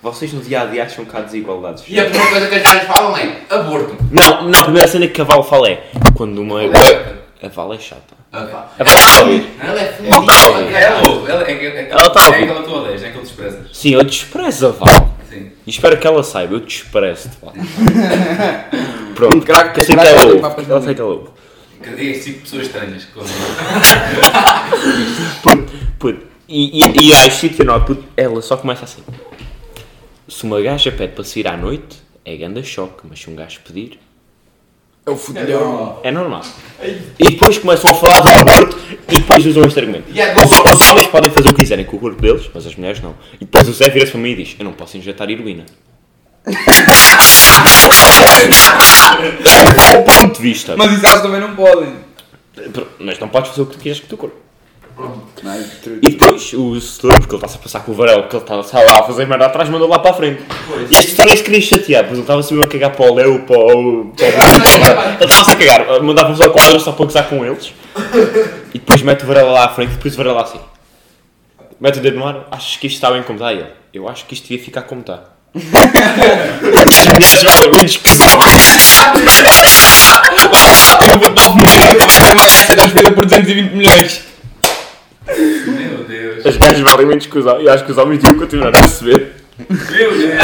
Speaker 1: Vocês no dia a dia acham que há desigualdades?
Speaker 4: E a primeira coisa que as gajas falam é aborto.
Speaker 1: Não, não, a primeira cena que Cavalo fala é quando uma. A Val é chata.
Speaker 4: Ah, pá.
Speaker 1: A Val está a ouvir?
Speaker 4: Ela é
Speaker 1: Não está a
Speaker 4: feminista.
Speaker 1: ouvir.
Speaker 2: É, ela ouve, ela- é, que- é, que-
Speaker 1: Ela tá a ouvir.
Speaker 2: É aquela tua odeias, é aquele desprezas.
Speaker 1: Sim, eu desprezo a Val.
Speaker 2: Sim.
Speaker 1: E espero que ela saiba, eu desprezo-te, Val.
Speaker 3: Um
Speaker 1: Pronto,
Speaker 3: craque,
Speaker 1: eu sei que
Speaker 3: craque,
Speaker 1: ela
Speaker 3: tem
Speaker 1: ouve.
Speaker 3: papas
Speaker 1: Ela
Speaker 3: no
Speaker 1: sei que ela ouve.
Speaker 2: Cadê este tipo de pessoas estranhas? que ouvem?
Speaker 1: Puto, puto. E, e, e há este sítio não, é? puto, ela só começa assim. Se uma gaja pede para sair à noite, é ganda choque, mas se um gajo pedir,
Speaker 3: É o fudilhão.
Speaker 1: é normal. E depois começam a falar do aborto e depois usam este argumento.
Speaker 4: E há
Speaker 1: Os, os homens podem fazer o que quiserem com o corpo deles, mas as mulheres não. E depois o Zé vira-se para mim e diz: Eu não posso injetar heroína. É um bom ponto de vista.
Speaker 3: Mas isso elas também não podem.
Speaker 1: Mas não podes fazer o que tu quiseres com o teu corpo.
Speaker 3: Não, é truque.
Speaker 1: E depois o setor, porque ele está-se a passar com o varel, porque ele estava sei lá a fazer merda atrás, mandou lá para a frente. E este gajo queria chatear, porque ele estava-se mesmo a cagar para o Leo, para o. para o Ele estava-se a cagar, mandava-os ao quadro só para gozar com eles. E depois mete o varel lá à frente, depois o varel lá assim. Mete o dedo no ar, achas que isto está bem como está? E ele, eu acho que isto devia ficar como está. E as mulheres, olha, menos que só.
Speaker 3: Eu vou dar o dinheiro, eu vou ter uma caixa das vidas por 220 milhões.
Speaker 2: Meu Deus.
Speaker 1: As mulheres valem menos que os homens, e acho que os homens deviam continuar a receber.
Speaker 2: Meu Deus.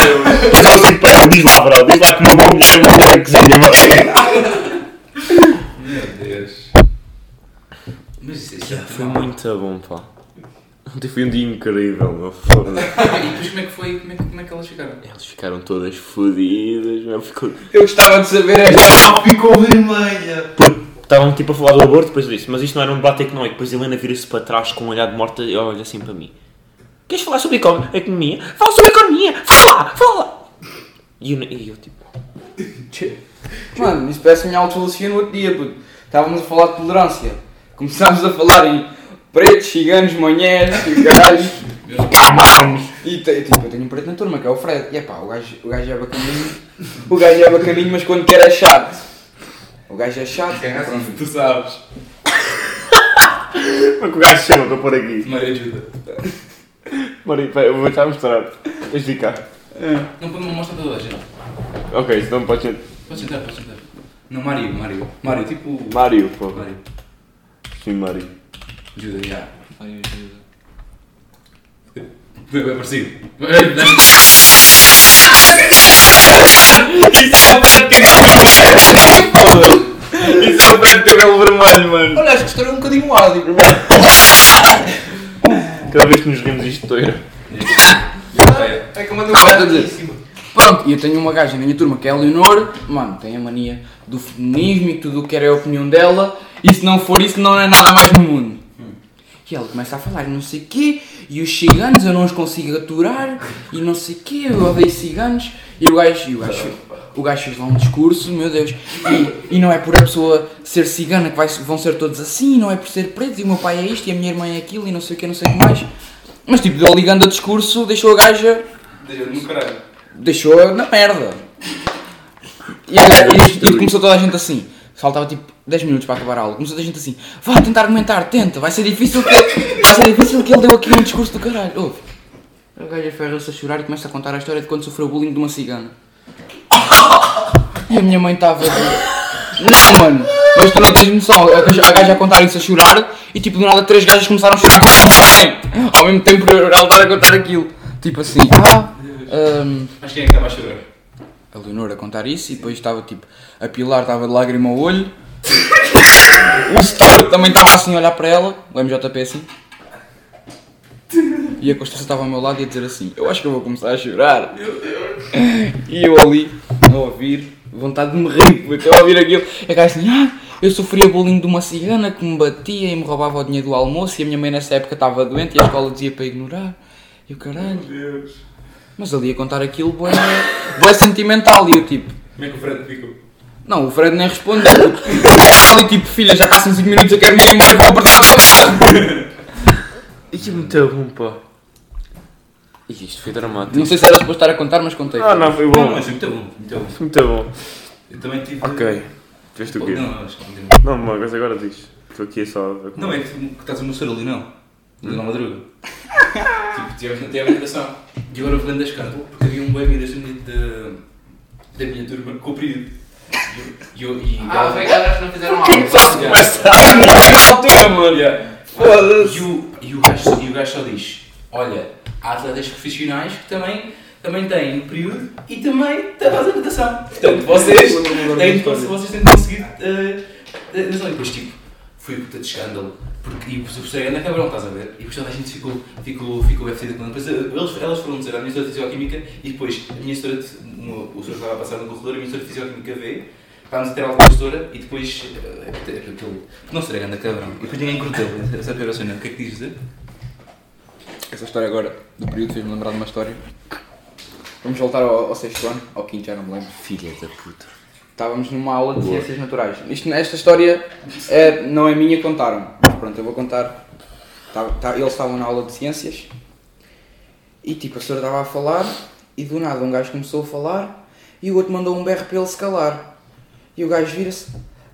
Speaker 1: Mas eu sempre pego, diz lá, bro, diz lá que uma boa mulher é uma mulher que seja bem.
Speaker 2: Meu Deus. Mas isso é chato.
Speaker 1: Foi muito bom, pá. Ontem foi um dia incrível, meu foda
Speaker 2: E depois como é que foi? Como é que, como é que elas ficaram?
Speaker 1: Eles ficaram todas fodidas, meu. Ficou...
Speaker 3: Eu gostava de saber esta mão ficou vermelha.
Speaker 1: Estavam tipo a falar do aborto, depois eu disse, mas isto não era um debate económico. Depois a Helena vira-se para trás com um olhar de morta e olha assim para mim: Queres falar sobre econ- economia? Fala sobre economia! Fala! Fala! E eu, e eu tipo:
Speaker 3: Mano, isso parece a minha autofilosofia no outro dia, puto. Estávamos a falar de tolerância. Começámos a falar em pretos, ciganos, manhãs, e caralho. E te- tipo, eu tenho um preto na turma, que é o Fred. E é pá, o gajo, o gajo é bacaninho. O gajo é bacaninho, mas quando quer é chato. O gajo é chato.
Speaker 4: Quem é assim?
Speaker 3: pronto.
Speaker 2: Tu sabes.
Speaker 1: Como é que o gajo chama para pôr aqui?
Speaker 2: Maria ajuda.
Speaker 1: Mari, eu vou já mostrar. Deixa de cá.
Speaker 2: Não pode não mostrar toda a gente.
Speaker 1: Ok, isso não pode ser.
Speaker 2: Pode sentar, pode sentar. Não, Mário, Mário. Mário, tipo.
Speaker 1: Mário, pô.
Speaker 2: Mário.
Speaker 1: Sim, Mário.
Speaker 2: Ajuda, já.
Speaker 3: Ai, ajuda.
Speaker 2: Foi bem parecido.
Speaker 1: Isso é o preto de cabelo Isso é o preto de cabelo vermelho, mano.
Speaker 3: Olha, acho que estourou um bocadinho o áudio.
Speaker 1: Cada vez que nos rimos isto toira.
Speaker 4: É que eu mandei
Speaker 3: Ah,
Speaker 4: um
Speaker 3: vai
Speaker 4: gato
Speaker 3: dizer.
Speaker 4: em cima.
Speaker 3: Pronto, e eu tenho uma gaja na minha turma que é a Leonor, mano, tem a mania do feminismo e tudo o que era a opinião dela, e se não for isso, não é nada mais no mundo. E ela começa a falar não sei quê, e os ciganos eu não os consigo aturar, e não sei quê, eu odeio ciganos, e o gajo, e o gajo, o gajo fez lá um discurso, meu Deus, e, e não é por a pessoa ser cigana que vai- vão ser todos assim, não é por ser preto, e o meu pai é isto, e a minha irmã é aquilo, e não sei o que, não sei o que mais. Mas tipo, deu ligando a discurso, deixou a gaja
Speaker 2: Deixa-me no caralho.
Speaker 3: deixou na merda. E, a- e- e começou toda a gente assim. Faltava tipo 10 minutos para acabar a aula. Começou toda a gente assim. Vá tentar argumentar, tenta. Vai ser difícil que, vai ser difícil que ele deu aqui um discurso do caralho. Ouve. A gaja ferra-se a chorar e começa a contar a história de quando sofreu bullying de uma cigana. E a minha mãe estava. Não, mano. Mas tu não tens noção. A gaja, a gaja a contar-se a chorar e tipo do nada três gajas começaram a chorar também. Ao mesmo tempo ela estava a contar aquilo. Tipo assim. Ah, hum,
Speaker 2: Mas quem é que estava a chorar?
Speaker 3: a Leonor a contar isso e depois estava tipo, a Pilar estava de lágrima ao olho. o Star também estava assim a olhar para ela, o MJP assim. E a Constância estava ao meu lado e a dizer assim, eu acho que eu vou começar a chorar. E eu ali, a ouvir, vontade de me rir, porque eu a ouvir aquilo. E a cara assim, ah, eu sofria bullying de uma cigana que me batia e me roubava o dinheiro do almoço e a minha mãe nessa época estava doente e a escola dizia para ignorar. E o caralho.
Speaker 2: Deus.
Speaker 3: Mas ali a contar aquilo, boé, boé sentimental e eu tipo,
Speaker 2: Como é que o Fred ficou?
Speaker 3: não, o Fred nem respondeu. Eu ali tipo, filha, já passam 5 minutos, eu quero me ir embora, vou apertar o teu carro.
Speaker 1: Isso é muito bom, pá. Ih, Isto foi dramático.
Speaker 3: Não sei se era suposto estar a contar, mas contei.
Speaker 1: Ah, não, foi
Speaker 2: Não,
Speaker 1: bom.
Speaker 2: mas muito bom, muito
Speaker 1: Foi
Speaker 2: bom.
Speaker 1: é muito bom.
Speaker 2: Eu também tive.
Speaker 1: Ok. Tiveste o quê?
Speaker 2: Não, não, acho que não tem.
Speaker 1: Não, mas agora diz. Estou aqui só a ver como-
Speaker 2: Não, é que tu- que estás a mostrar ali, não. Ali na madruga. tipo, tivemos na tivemos E agora vou das escândalo, porque havia um baby desta minha, da, da minha turma comprido. E eu. E,
Speaker 4: Ah, os
Speaker 2: e,
Speaker 4: veganos não fizeram mal.
Speaker 2: Yeah.
Speaker 3: Na altura, mano.
Speaker 2: E o, e, o gajo, e o gajo só diz: Olha, há atletas profissionais que também, também têm o período e também têm a fase de natação. Portanto, vocês têm, de cons- vocês têm de conseguir. eh, eh, Mas olha, depois, tipo, foi um puta de escândalo. Porque e o professor ainda cabrão, estás a ver? E depois toda a gente ficou, ficou, ficou FTD com ele. Depois eh, eles, elas foram dizer à minha história de fisioquímica e depois a minha história de. uma- o senhor estava a passar no corredor, a minha história de fisioquímica vê. Estávamos a ter aula com a professora e depois. eh, aquele. Não será grande cabrão. E depois ninguém curteu. Essa é a pior cena. O que é que diz dizer?
Speaker 3: Essa história agora, do período, fez-me lembrar de uma história. Vamos voltar ao, ao sexto ano, ao quinto, já não me lembro.
Speaker 1: Filha da puta.
Speaker 3: Estávamos numa aula de ciências naturais. Isto, esta história é, não é minha, contaram. Mas pronto, eu vou contar. Tava- tá- eles estavam na aula de ciências e tipo, a senhora estava a falar e do nada um gajo começou a falar e o outro mandou um berro para ele se calar. E o gajo vira-se: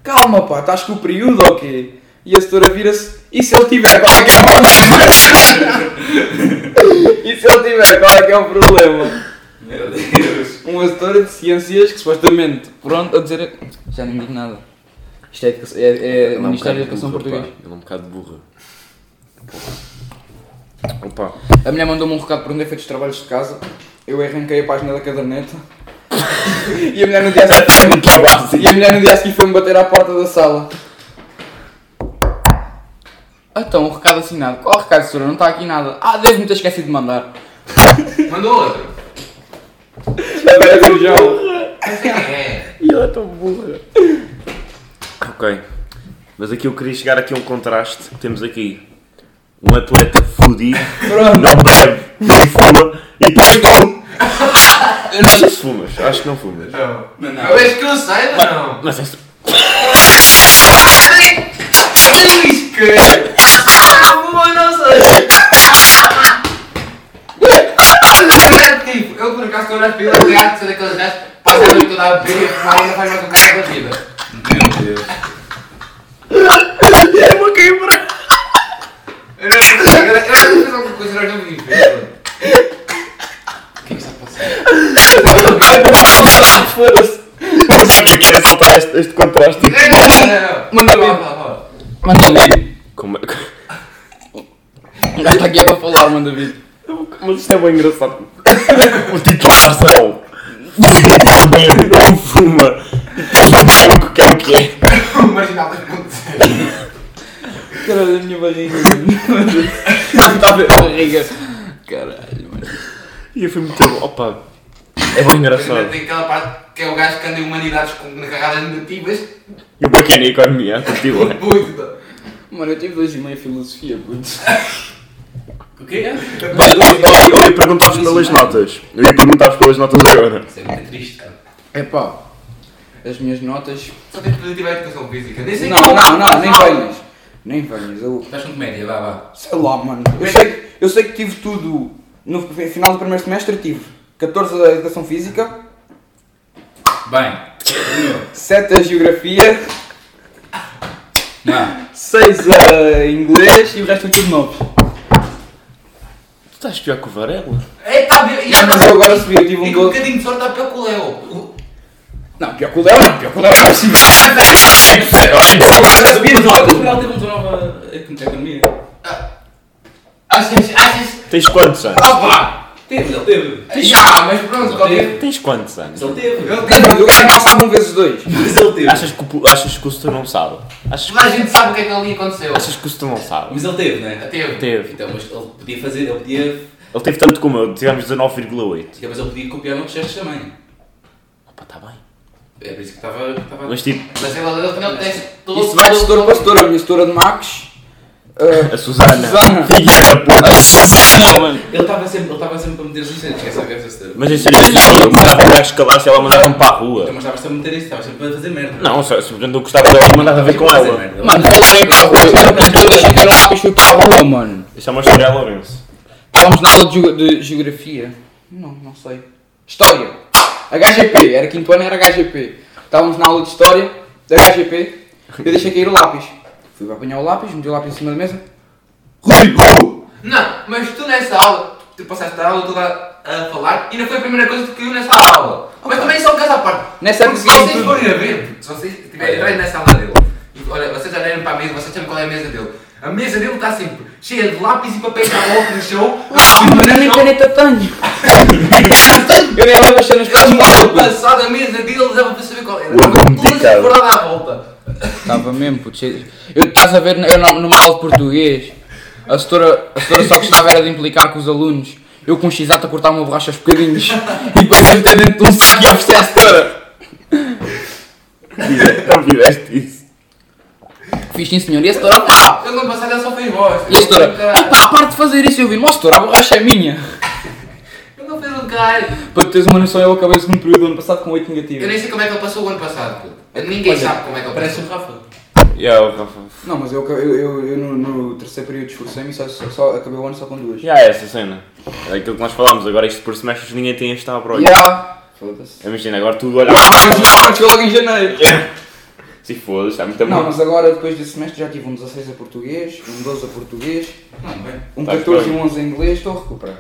Speaker 3: Calma pá, estás com o período ou quê? E a senhora vira-se: E se ele tiver, qual é que é o problema? e se ele tiver, qual é que é o problema?
Speaker 2: Meu Deus!
Speaker 3: uma história de ciências que supostamente, pronto, a dizer. Já não digo nada. Isto é, educa- é, é Ministério da Educação Português.
Speaker 1: Ele é um bocado burro. é um Opa.
Speaker 3: A mulher mandou-me um recado por onde é feito os trabalhos de casa. Eu arranquei a página da caderneta. e a mulher no dia a seguir. e a mulher no dia a seguir foi-me bater à porta da sala. Então, o recado assinado. Qual recado, senhora? Não está aqui nada. Ah, devo-me ter esquecido de mandar.
Speaker 4: Mandou outro.
Speaker 3: Agora é o João.
Speaker 4: Não sei quem é.
Speaker 1: E ela é tão burra. Ok. Mas aqui eu queria chegar aqui a um contraste que temos aqui. Um atleta fudido,
Speaker 3: Pronto.
Speaker 1: não bebe, não fuma e depois tu! Eu não sei se fumas, acho que não fumas.
Speaker 4: Então, Não.
Speaker 2: Não, não.
Speaker 4: Eu acho que eu saiba, não.
Speaker 1: Mas é isso.
Speaker 4: Diz que. Ah, boa, não sei. Mas é que, tipo, Eu por acaso estou na fila de gato, sou daqueles gajos que passam a noite toda a beber e a fumar e ainda faz mais um cara da vida.
Speaker 2: Meu Deus.
Speaker 1: Eu vou quebrar!
Speaker 4: Eu não sei, eu- eu acho que fiz alguma coisa, nós não vimos. Mas
Speaker 2: O que é que está a passar?
Speaker 1: Foda-se! Mas é que eu quero soltar este, este contraste.
Speaker 4: não, não, não.
Speaker 3: Manda
Speaker 4: Vá,
Speaker 3: vir.
Speaker 4: vá, vá.
Speaker 3: Manda vir.
Speaker 1: Como é que.
Speaker 3: O gajo está aqui é para falar, manda vir.
Speaker 1: Mas isto é bem engraçado. Os titulares são. Não bebe, não fuma. E depois não bebe, que é o que é.
Speaker 4: O marginal das pontes.
Speaker 3: Caralho, a minha barriga. Não está a ver a barriga. Caralho, mano.
Speaker 1: E eu fui muito bom. Opa, é bem engraçado.
Speaker 4: Tem aquela parte que é o gajo que anda em humanidades com carradas negativas.
Speaker 1: E o bacana é a economia, curtiu, é?
Speaker 4: Puta.
Speaker 3: Mano, eu tive dois e meio filosofia, putz.
Speaker 2: O que é?
Speaker 1: Eu ia perguntar-vos pelas notas. Eu ia perguntar-vos pelas notas agora.
Speaker 2: Isso é muito triste, cara.
Speaker 3: Epá, as minhas notas.
Speaker 4: Só tem que positivar a educação física. Nem sei
Speaker 3: Não,
Speaker 4: como-
Speaker 3: não, não, nem venhas. Nem venhas. Eu
Speaker 2: Estás com comédia, vá, vá.
Speaker 3: sei lá, mano. Eu sei, que- eu sei que tive tudo. No final do primeiro semestre tive 14 da educação física,
Speaker 2: Bem, Bruno,
Speaker 3: 7 a geografia,
Speaker 2: não.
Speaker 3: 6 a inglês e o resto tudo novos.
Speaker 1: Tu estás pior que o Varela?
Speaker 4: É, tá, e
Speaker 3: Já mas eu agora subi, eu tive
Speaker 4: E
Speaker 3: um
Speaker 4: com um
Speaker 3: gol.
Speaker 4: bocadinho de sorte está pior que o Léo.
Speaker 3: Não, pior que o Léo não, pior que o Léo não subi. Agora já subi as
Speaker 2: No
Speaker 3: notas.
Speaker 2: final teve um 19 a economia.
Speaker 4: Achas, achas.
Speaker 1: Tens quantos anos?
Speaker 4: Opa!
Speaker 2: Teve, ele teve.
Speaker 4: Já, mas pronto, qualquer.
Speaker 1: Tens quantos anos?
Speaker 2: Mas ele teve.
Speaker 4: Eu
Speaker 3: Mas,
Speaker 4: tenho.
Speaker 3: mano, O gajo mal sabe um vezes dois.
Speaker 2: Mas ele teve.
Speaker 1: Achas que, o pu- achas que o setor não sabe? Achas,
Speaker 4: Toda a gente sabe o que é que ali aconteceu.
Speaker 1: achas que o setor não sabe?
Speaker 2: Mas ele teve, não é?
Speaker 4: Teve.
Speaker 1: Teve.
Speaker 2: Então, mas ele podia fazer, ele podia.
Speaker 1: Ele teve tanto como eu, tivemos 19,8.
Speaker 2: Mas ele podia copiar outros testes também.
Speaker 1: Opa, está bem.
Speaker 2: É por isso que estava. estava-
Speaker 1: Mas tipo,
Speaker 4: Mas ele ele tinha o teste todo.
Speaker 3: Isso vai de setor para setor. A minha setora de Marcos. ah,
Speaker 1: a Susana.
Speaker 3: Susana.
Speaker 1: Figueira, puta. Susana, mano.
Speaker 2: Ele estava sempre, ele estava sempre a meter os incêndios, quer saber essa história.
Speaker 1: Mas assim, em sério, eu mandava o gajo calar-se e ela mandava-me para a
Speaker 2: Então,
Speaker 1: rua.
Speaker 2: mas estava sempre a meter isso, estava sempre a fazer merda.
Speaker 1: Não, só, se eu gostava dela, eu mandava ver com
Speaker 2: Fazer
Speaker 1: ela.
Speaker 2: merda.
Speaker 3: Mano, falarem para a rua, as todas ficaram lá e fui para a rua, mano.
Speaker 1: Isso é uma história a Lourenço.
Speaker 3: Estávamos na aula de, geo- de geografia. Não, não sei. História. HGP, era quinto ano, era HGP. Estávamos na aula de história, da HGP, eu deixei cair o lápis. Fui para apanhar o lápis, meti o lápis em cima da mesa. Rui, Rui!
Speaker 4: Não, mas tu nessa aula, tu passaste a aula toda a falar e não foi a primeira coisa que tu caiu nessa aula. Mas também só um caso à parte.
Speaker 3: Nessa
Speaker 4: Porque se
Speaker 3: época
Speaker 4: vocês
Speaker 3: tudo. É.
Speaker 4: forem a ver, se vocês estiverem atrás nessa aula dele, e, olha, vocês olharem para a mesa, vocês sabem qual é a mesa dele. A mesa dele está sempre cheia de lápis e papéis na boca no chão.
Speaker 3: Ah, mano, eu nem caneta tenho! Eu ia levar as cenas para
Speaker 4: Estava
Speaker 3: o
Speaker 4: passado a mesa dele, dava para saber qual era.
Speaker 1: O
Speaker 4: Estava
Speaker 1: indicado.
Speaker 4: toda a à volta.
Speaker 3: Estava mesmo, puto. cheio de- Eu, estás a ver, eu na- numa aula de português, a setora, a setora só gostava era de implicar com os alunos. Eu com um x a cortar uma borracha aos bocadinhos e depois a meter dentro de um saco e a oferecer à setora.
Speaker 1: Não fizeste isso.
Speaker 3: Fiz sim, senhor. E a setora, pá!
Speaker 4: Eu não passado ele só fez voz.
Speaker 3: E a setora, ah pá, a parte de fazer isso eu vi, mas setora, a borracha é minha.
Speaker 4: Ele não fez um caralho.
Speaker 3: Para teres uma noção, eu acabei o segundo período do ano passado com 8
Speaker 4: Eu
Speaker 3: negativos.
Speaker 4: nem sei como é que ele passou o ano passado. puto. Ninguém sabe como é que ele
Speaker 2: Parece
Speaker 4: passou.
Speaker 2: o Rafa.
Speaker 1: Yeah, é o Rafa.
Speaker 3: Não, mas eu, acabei- eu, eu, eu no, no terceiro período esforcei-me e só, é só, só acabei o ano só com duas.
Speaker 1: Já é essa cena. É aquilo que nós falámos, agora isto por semestres ninguém tem este à prova.
Speaker 3: Yeah. Foda-se.
Speaker 1: Imagina, agora tudo olha.
Speaker 3: Ah, os meus cortes logo em janeiro.
Speaker 1: Se foda, está muito
Speaker 3: Não,
Speaker 1: bom.
Speaker 3: mas agora depois desse semestre já tive um 16 a português, um 12 a português,
Speaker 2: Não, bem.
Speaker 3: um
Speaker 1: Estás
Speaker 3: 14 e
Speaker 1: bem.
Speaker 3: um 11 a inglês, estou a recuperar.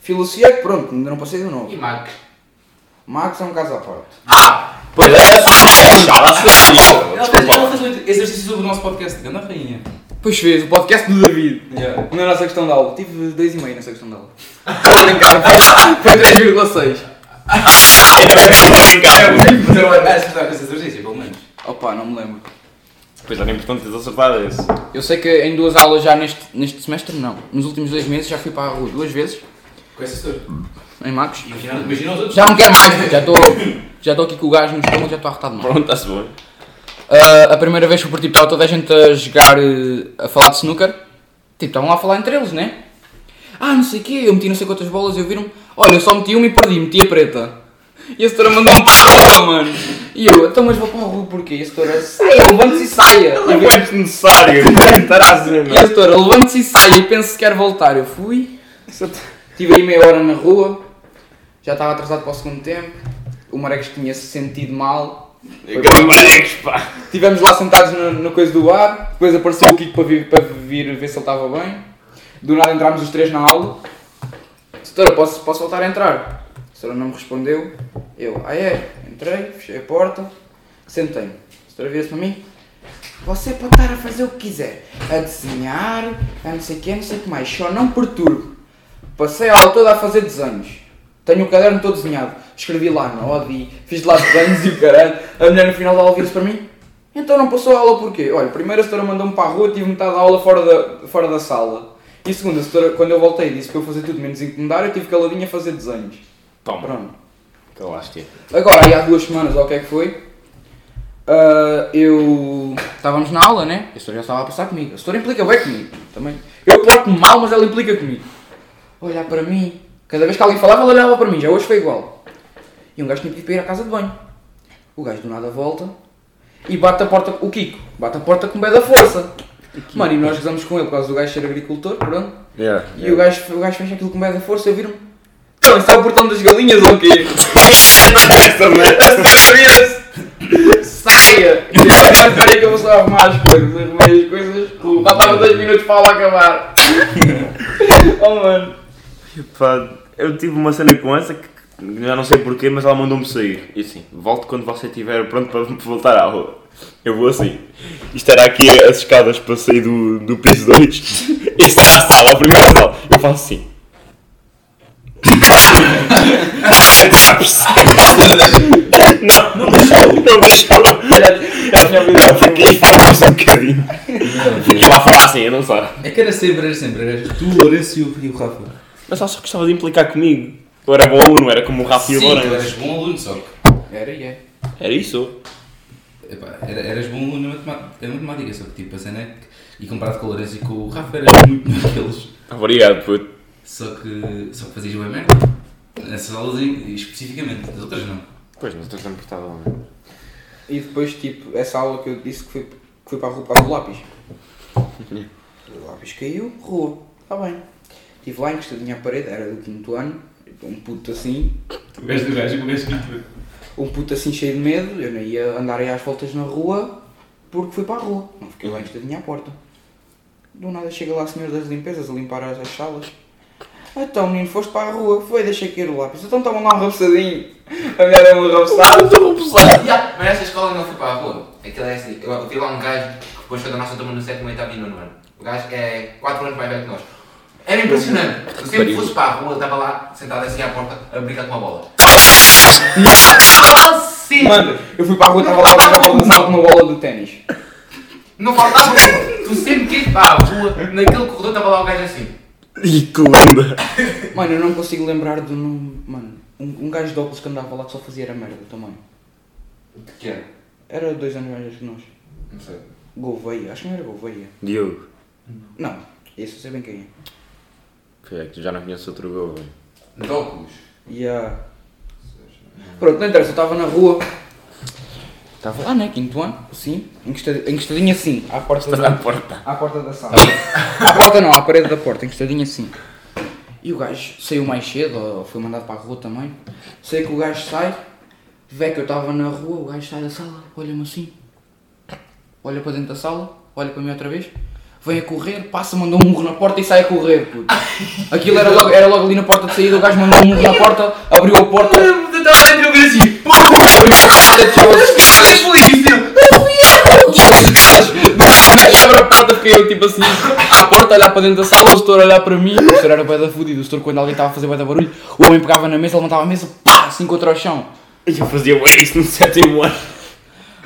Speaker 3: Filosofia, pronto, ainda não passei de
Speaker 4: E
Speaker 3: novo.
Speaker 4: Max?
Speaker 3: Max é um caso à parte.
Speaker 1: Ah! Pois é, fechada a
Speaker 2: Ela
Speaker 1: cena.
Speaker 2: fez, ela fez um exercício sobre o nosso podcast. Ganda rainha.
Speaker 3: Pois fez, o podcast do David.
Speaker 2: Yeah.
Speaker 3: Na nossa questão de aula, tive 2,5 nessa questão de aula. Estou a brincar, foi 3,6.
Speaker 1: Desculpa.
Speaker 2: Mas eu acho que está a fazer exercício, pelo menos.
Speaker 3: Opa, não me lembro.
Speaker 1: Pois era importante teres acertado esse.
Speaker 3: Eu sei que em duas aulas já neste, neste semestre, não. Nos últimos dois meses já fui para a rua duas vezes,
Speaker 2: Com essa história.
Speaker 3: em Macos.
Speaker 2: Imagina, imagina os outros.
Speaker 3: Já não quero mais, já estou já estou aqui com o gás no estômago, já estou arretado mais.
Speaker 1: Pronto, está-se bom.
Speaker 3: Ah, a primeira vez que eu por tipo, estava toda a gente a jogar, eh, a falar de snooker. Tipo, estavam lá a falar entre eles, né? Ah, não sei o quê, eu meti não sei quantas bolas e eu viram Olha, eu só meti uma e perdi, meti a preta. E a setora mandou-me para a rua, mano. E eu, então mas vou para a rua porquê? E a setora, saia, levante-se e saia. E eu,
Speaker 1: é desnecessário. Estará a dizer,
Speaker 3: E a doutora levante-se e sai e penso que quer voltar. Eu fui, estive aí meia hora na rua, já estava atrasado para o segundo tempo, o Marecos tinha se sentido mal. Foi bom.
Speaker 1: pá.
Speaker 3: Estivemos lá sentados no, no coisa do bar, depois apareceu o Kiko para vir, para vir ver se ele estava bem. Do nada entrámos os três na aula. Doutora, posso, posso voltar a entrar? A doutora não me respondeu. Eu, ah é, entrei, fechei a porta, sentei-me. A doutora vira-se para mim. Você pode estar a fazer o que quiser, a desenhar, a não sei o que, não sei o que mais, só não perturbe. Passei a aula toda a fazer desenhos. Tenho o caderno todo desenhado. Escrevi lá Nodi, fiz lá desenhos e o caralho. A mulher no final da aula vira-se para mim. Então não passou a aula porquê? Olha, primeiro a setora mandou-me para a rua, tive metade da aula fora da, fora da sala. E segundo, a setora, quando eu voltei disse que eu fazia tudo menos incomodar, eu tive caladinha a fazer desenhos.
Speaker 1: Toma.
Speaker 3: Pronto.
Speaker 1: Calaste.
Speaker 3: Agora, aí há duas semanas, ou o que é que foi? ah, eu. Estávamos na aula, né? A senhora já estava a passar comigo. A senhora implica bem comigo também. Eu porto-me mal, mas ela implica comigo. Olhar para mim. Cada vez que alguém falava, ela olhava para mim. Já hoje foi igual. E um gajo tinha pedido para ir à casa de banho. O gajo do nada volta e bate a porta. O Kiko bate a porta com bem da força. Mano, e nós gozamos com ele por causa do gajo ser agricultor, pronto.
Speaker 1: Yeah.
Speaker 3: E o gajo, o gajo fez aquilo com bem da força e viram me Então, isso é o portão das galinhas ou o quê?
Speaker 1: Essa merda.
Speaker 3: Saia! Saia! E eu, "Ah, Espera aí que eu vou só arrumar as coisas. Arrumei as coisas. Faltava 2 minutos para ela acabar. oh mano.
Speaker 1: Pá, eu tive uma cena com essa que já não sei porquê, mas ela mandou-me sair. E assim, volte quando você estiver pronto para voltar à rua. Eu vou assim. Isto era aqui as escadas para sair do, do piso 2. Isto era a sala, a primeira sala. Eu faço assim. não, não deixou, não deixou. Ela tinha ouvido porque falava-se um bocadinho. Fiquei lá a falar assim, eu não sei.
Speaker 2: É que era sempre, era sempre. Era tu, Lourenço e o e o Rafa.
Speaker 1: Mas ela só gostava de implicar comigo. Eu era bom aluno, era como o Rafa e o
Speaker 2: Sim, tu
Speaker 1: Lourenço.
Speaker 2: eras bom aluno, só que.
Speaker 3: Era e é.
Speaker 1: Era isso?
Speaker 2: Epá, era- eras bom aluno na matemática, na matemática, só que tipo, a cena é que. E comparado com o Lourenço e com o Rafa, eras muito melhor que eles.
Speaker 1: Obrigado, puto.
Speaker 2: Só que. Só que fazias bem merda. Nessas aulas em- especificamente, as outras não.
Speaker 1: Pois, mas um. estás importado, não
Speaker 3: E depois, tipo, essa aula que eu disse que fui, que fui para a rua por causa do lápis. O lápis caiu, rua. Está bem. Estive lá encostadinho à parede, era do quinto ano. Um puto assim,
Speaker 2: O gajo do gajo, o gajo que.
Speaker 3: um puto assim cheio de medo, eu não ia andar aí às voltas na rua porque fui para a rua. Não fiquei lá encostadinho à porta. Do nada chega lá a senhora das limpezas a limpar as, as salas. Então menino, foste para a rua, foi, deixa cair o lápis. Então toma lá um rabeçadinho. A mulher é um rabeçado.
Speaker 4: Ya, Mas essa escola não fui para a rua. Aquilo é assim. Eu, eu tive lá um gajo que depois foi da nossa turma no sétimo, oitavo e nono ano. O gajo é 4 anos mais velho que nós. Era impressionante. Eu sempre
Speaker 1: pariu.
Speaker 4: fosse para a rua, eu estava lá sentado assim à porta a brincar com uma bola. Sim!
Speaker 3: Mano, eu fui para a rua, estava lá para a bola, dançava com uma bola do ténis.
Speaker 4: Não faltava uma. Tu sempre quis para a rua, naquele corredor estava lá o gajo assim.
Speaker 1: E que lenda!
Speaker 3: Mano, eu não consigo lembrar do nome. Mano, um, um gajo de óculos que andava lá que só fazia era merda também.
Speaker 4: Que era?
Speaker 3: Era dois anos mais velho que nós.
Speaker 4: Não sei.
Speaker 3: Gouveia, acho que não era Gouveia.
Speaker 1: Diogo.
Speaker 3: Não, isso eu sei bem quem é.
Speaker 1: Foi é que já não conheço outro gol, velho.
Speaker 4: Docus.
Speaker 3: Yeah. Pronto, não interessa, eu estava na rua. Estava lá, né? Quinto ano, sim. Encostadinho, encostadinho assim, à porta
Speaker 1: Estás à
Speaker 3: da,
Speaker 1: porta.
Speaker 3: à porta da sala. à porta não, à parede da porta, encostadinho assim. E o gajo saiu mais cedo, ou foi mandado para a rua também. Sei que o gajo sai, vê que eu estava na rua, o gajo sai da sala, olha-me assim. Olha para dentro da sala, olha para mim outra vez. Vem a correr, passa, mandou um murro na porta e sai a correr, puto. Aquilo era logo, era logo ali na porta de saída, o gajo mandou um murro na porta, abriu a porta,
Speaker 4: Eu estava lá dentro eu vi assim. Pô,
Speaker 3: Descalço, quebra a porta, fiquei eu tipo assim, à porta, a olhar para dentro da sala, o setor a olhar para mim, o setor era bué da fudido, o setor quando alguém estava a fazer bué da barulho, o homem pegava na mesa, levantava a mesa, pá, assim contra o chão.
Speaker 1: Eu fazia bué isso no sétimo ano.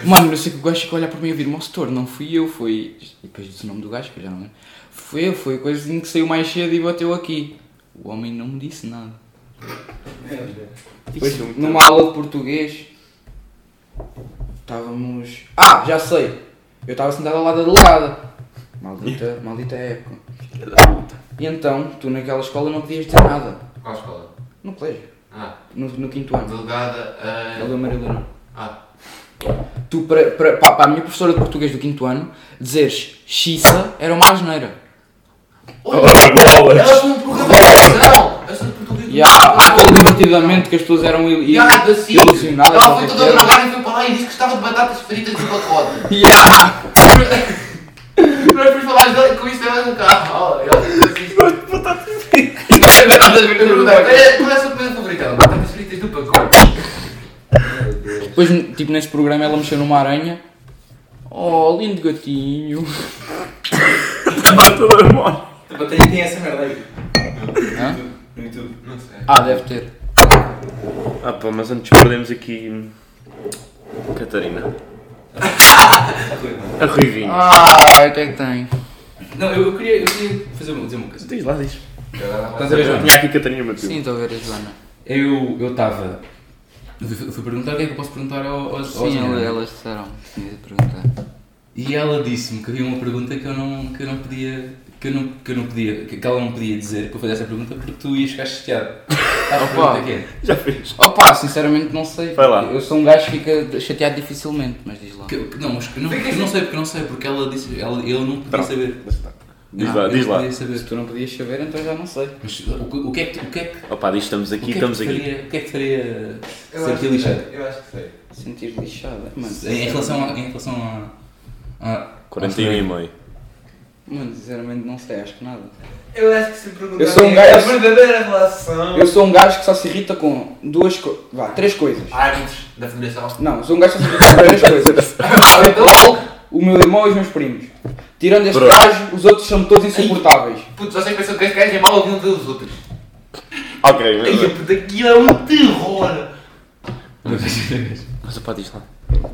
Speaker 3: Mano, não sei que o gajo ficou a olhar para mim a vir monstro, não fui eu, foi. E depois disse o nome do gajo, que eu já não lembro. Foi eu, foi a coisinha que saiu mais cedo e bateu aqui. O homem não me disse nada. Depois, numa aula de português, estávamos. Ah, já sei! Eu estava sentado ao lado da delegada. Maldita, maldita época. E então, tu naquela escola não podias dizer nada.
Speaker 4: Qual escola?
Speaker 3: No colégio,
Speaker 4: Ah,
Speaker 3: no, no quinto ano.
Speaker 4: delegada. ah,
Speaker 3: Ele da Maria Leonor.
Speaker 4: Ah,
Speaker 3: Tu, para, para, pá, para a minha professora de português do quinto ano, dizeres xiça era uma asneira.
Speaker 4: Elas
Speaker 1: bolas!
Speaker 4: são um programa de televisão! Elas são um programa de
Speaker 3: E há, há aquele divertidamente que as pessoas eram il- il-
Speaker 4: Ah, assim,
Speaker 3: ilusionadas.
Speaker 4: ela foi
Speaker 3: não sei
Speaker 4: toda
Speaker 3: o que era.
Speaker 4: gravada e foi para lá e disse que gostava de batatas fritas de pacote.
Speaker 3: E há-
Speaker 4: Nós depois falámos dela- com isso dela no carro. Olha, ela assim. disse isto.
Speaker 3: Batatas fritas no
Speaker 4: Qual
Speaker 3: pacote.
Speaker 4: é qual é a sua comida favorita? Ela, Batatas fritas do pacote.
Speaker 3: Depois, tipo, nesse programa ela mexeu numa aranha. Oh, lindo gatinho.
Speaker 1: Estava todo hormônio!
Speaker 2: Tipo, tem, tem essa merda aí.
Speaker 3: Hã?
Speaker 2: No YouTube.
Speaker 4: Não sei.
Speaker 3: Ah, deve ter.
Speaker 1: Ah pá, mas antes perdemos aqui. hum, Catarina. A Ruivinha.
Speaker 3: Ah, até que tem.
Speaker 2: Não, eu, eu queria, eu queria fazer uma, dizer uma coisa.
Speaker 1: Ah, Diz lá, diz.
Speaker 2: Estás a ver, João?
Speaker 1: Tinha aqui Catarina Matheus.
Speaker 3: Sim, estou a ver a Joana.
Speaker 2: Eu eu estava. Eu fui fui perguntar o que é que eu posso perguntar ao. ao ao
Speaker 3: Sim,
Speaker 2: João.
Speaker 3: ela- elas disseram. Tinha de perguntar.
Speaker 2: E ela disse-me que havia uma pergunta que eu não, que eu não podia. Que eu não, que eu não podia. Que que ela não podia dizer para fazer essa pergunta porque tu ias ficar chateado. Sabe que
Speaker 3: Opa.
Speaker 2: pergunta que é?
Speaker 1: Já fez.
Speaker 3: Opa, sinceramente não sei.
Speaker 1: Vai lá.
Speaker 3: Eu sou um gajo que fica chateado dificilmente, mas diz lá.
Speaker 2: Que- que- não, mas que não, eu não sei porque não sei, porque ela disse. Ela, eu não podia
Speaker 1: Pronto.
Speaker 2: saber.
Speaker 1: Diz
Speaker 2: Ah,
Speaker 1: lá,
Speaker 2: eu
Speaker 1: diz
Speaker 2: não
Speaker 1: lá.
Speaker 2: podia saber.
Speaker 3: Se tu não podias saber, então já não sei.
Speaker 2: Mas o, que- o que é que. O que é que
Speaker 1: Opa, diz estamos
Speaker 2: o
Speaker 1: aqui,
Speaker 2: que é que
Speaker 1: estamos
Speaker 2: te
Speaker 1: aqui.
Speaker 2: faria- O que é que te faria sentir lixado?
Speaker 4: Eu acho é. que sei.
Speaker 3: Sentir lixada. Mano,
Speaker 2: Em relação a. Em relação a. a
Speaker 1: 41 e meio.
Speaker 3: Mano, sinceramente não sei, acho que nada.
Speaker 4: Eu acho que se perguntar
Speaker 3: Eu sou um gajo-
Speaker 4: verdadeira relação.
Speaker 3: Eu sou um gajo que só se irrita com duas coisas. Vá, três coisas.
Speaker 4: Árbitros da Federação. Então,
Speaker 3: Não, sou um gajo que só se irrita com três coisas. O meu irmão e os meus primos. Tirando este
Speaker 1: Pronto.
Speaker 3: gajo, os outros são todos insuportáveis.
Speaker 4: Putz, vocês pensam que este gajo é mal ouvindo dos outros. Ai,
Speaker 1: Ok,
Speaker 4: puta, aquilo é um terror.
Speaker 1: mas opa, diz lá.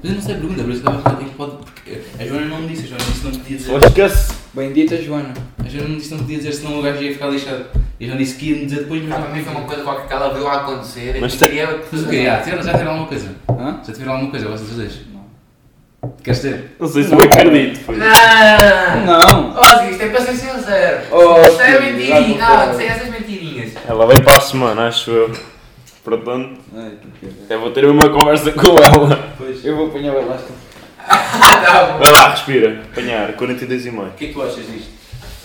Speaker 2: Mas eu não sei a pergunta, por isso que eu estava a dizer que pode. Porque a Joana não me disse, a Joana disse que não podia dizer.
Speaker 1: Esquece!
Speaker 3: Bendita Joana.
Speaker 2: A Joana não disse que não podia dizer, senão o gajo ia ficar lixado. E a Joana disse que ia me dizer depois, mas
Speaker 4: Ah, Para
Speaker 2: não
Speaker 4: mim foi uma coisa qualquer que ela viu a acontecer.
Speaker 1: Mas
Speaker 4: e
Speaker 1: tem-
Speaker 4: queria-
Speaker 2: Mas o quê? Ah, tiveram- já tiveram alguma coisa?
Speaker 3: Hã?
Speaker 2: Já tiveram alguma coisa, vocês dois? Não. Queres ter?
Speaker 1: Não sei se eu acredito, foi.
Speaker 4: Não!
Speaker 3: Não!
Speaker 4: Ó, isto é para ser sincero.
Speaker 3: Oh,
Speaker 4: Isto é
Speaker 3: filho,
Speaker 4: mentirinha.
Speaker 3: já não
Speaker 4: Não,
Speaker 3: quero.
Speaker 4: sem essas mentirinhas.
Speaker 1: Ela vem para a semana, acho eu. Portanto,
Speaker 3: Ai, que pena.
Speaker 1: eu vou ter uma conversa com ela.
Speaker 3: Eu vou apanhar o elástico.
Speaker 4: Ah, tá bom.
Speaker 1: Vai lá, respira. Apanhar, 42 e meio.
Speaker 2: O que é que tu achas disto?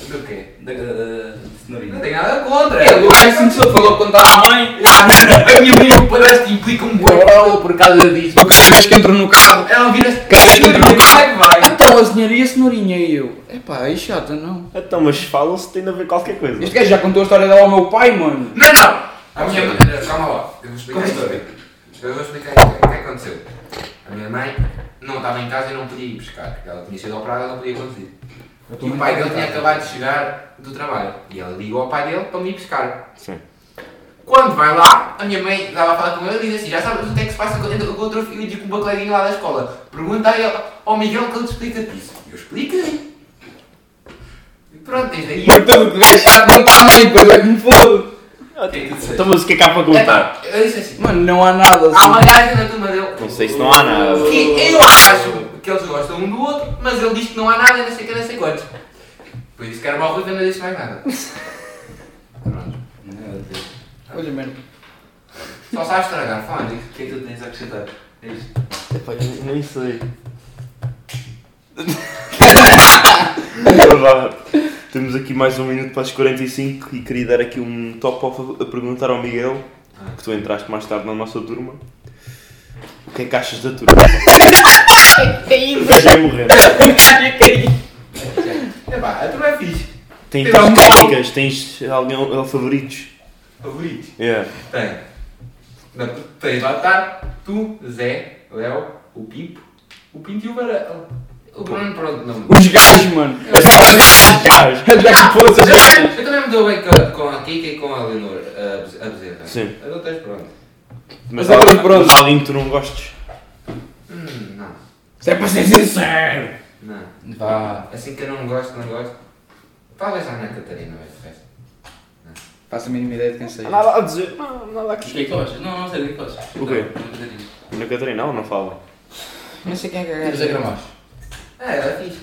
Speaker 4: Do quê?
Speaker 2: Da, da, da, da
Speaker 4: Não
Speaker 2: cenourinha?
Speaker 4: tem nada contra.
Speaker 3: É, o gajo se começou falou quando estava à mãe.
Speaker 4: A minha mãe e o padrasto implicam-me muito por causa disso.
Speaker 3: Cada vez que entro no carro.
Speaker 4: um Ela vira-se.
Speaker 3: Cada vez que entro
Speaker 1: um
Speaker 3: no
Speaker 4: Como é que
Speaker 3: carro.
Speaker 4: vai?
Speaker 3: Então a senhora e a cenourinha e eu. Epá, é chata, não.
Speaker 1: Então, mas falam-se, tem a ver qualquer coisa.
Speaker 3: Este gajo já contou a história dela ao meu pai, mano.
Speaker 4: Não, não! A minha mãe. Calma assim? lá, eu vou explicar a história. Eu vou explicar o que é que aconteceu. A minha mãe não estava em casa e não podia ir pescar, porque ela tinha sido operada e não podia conduzir. E o pai dele tinha acabado de chegar do trabalho. E ela ligou ao pai dele para me ir pescar.
Speaker 1: Sim.
Speaker 4: Quando vai lá, a minha mãe estava a falar com ele e diz assim: Já sabes o que é que se passa com o com o teu filho e com o meu coleguinha lá da escola? Pergunta a ele, ao Miguel que ele te explica isso. Eu expliquei. E pronto, desde aí.
Speaker 3: Então o gajo já conta à mãe, depois é que me foda.
Speaker 1: Então, mas o que é que há para contar?
Speaker 4: Eu disse assim:
Speaker 3: Mano, não há nada
Speaker 4: Há uma
Speaker 3: assim.
Speaker 4: gaja na turma dele.
Speaker 1: Não sei se não há nada.
Speaker 4: Que eu acho que eles gostam um do outro, mas ele diz que não há nada, não sei o que, não sei quantos. Por isso que era uma ruiva e não disse mais nada. Pronto.
Speaker 3: Olha, mano.
Speaker 4: Só sabe estragar, fala disso.
Speaker 2: O que é que tu tens a acrescentar? É isto.
Speaker 1: Nem sei. É Verdade. Temos aqui mais um minuto para as 45 e queria dar aqui um top-off a perguntar ao Miguel, que tu entraste mais tarde na nossa turma. O que é que achas da turma? é Vai morrer.
Speaker 4: Epá, a turma é fixe.
Speaker 1: Tem
Speaker 4: Tem um
Speaker 1: técnicas, tens alguém alguém favoritos?
Speaker 4: Favoritos?
Speaker 1: Yeah.
Speaker 4: Tem. Na- Tens lá estar tu, Zé, Léo, o Pipo, o Pinto e o Varela. O Bruno, pronto, não.
Speaker 3: Os gajos, mano.
Speaker 1: É só gajos.
Speaker 3: Já que foda
Speaker 4: Eu
Speaker 3: os gajos.
Speaker 4: também- eu também me dou bem com, com a Kika e com a Leonor, a Bez- a Bezerra.
Speaker 1: Sim.
Speaker 4: As outras, pronto.
Speaker 1: Mas,
Speaker 3: Mas agora
Speaker 1: alguém,
Speaker 3: pronto.
Speaker 1: mas alguém que tu não gostes?
Speaker 4: Hum, não.
Speaker 3: Isso é para ser sincero!
Speaker 4: Não.
Speaker 3: Vá,
Speaker 4: Assim que eu não gosto, não gosto. Fala já na Catarina, vai de festa.
Speaker 3: faço a mínima ideia de quem seja.
Speaker 1: Nada a dizer, não, nada a
Speaker 2: O que é que tu achas? Não, não sei, o que é que tu achas?
Speaker 1: O quê?
Speaker 2: Não, não sei disso.
Speaker 1: Na Catarina, não, não fala.
Speaker 3: Não sei quem é que
Speaker 2: Quer dizer, Gramacho.
Speaker 4: Ah, ela é fixe.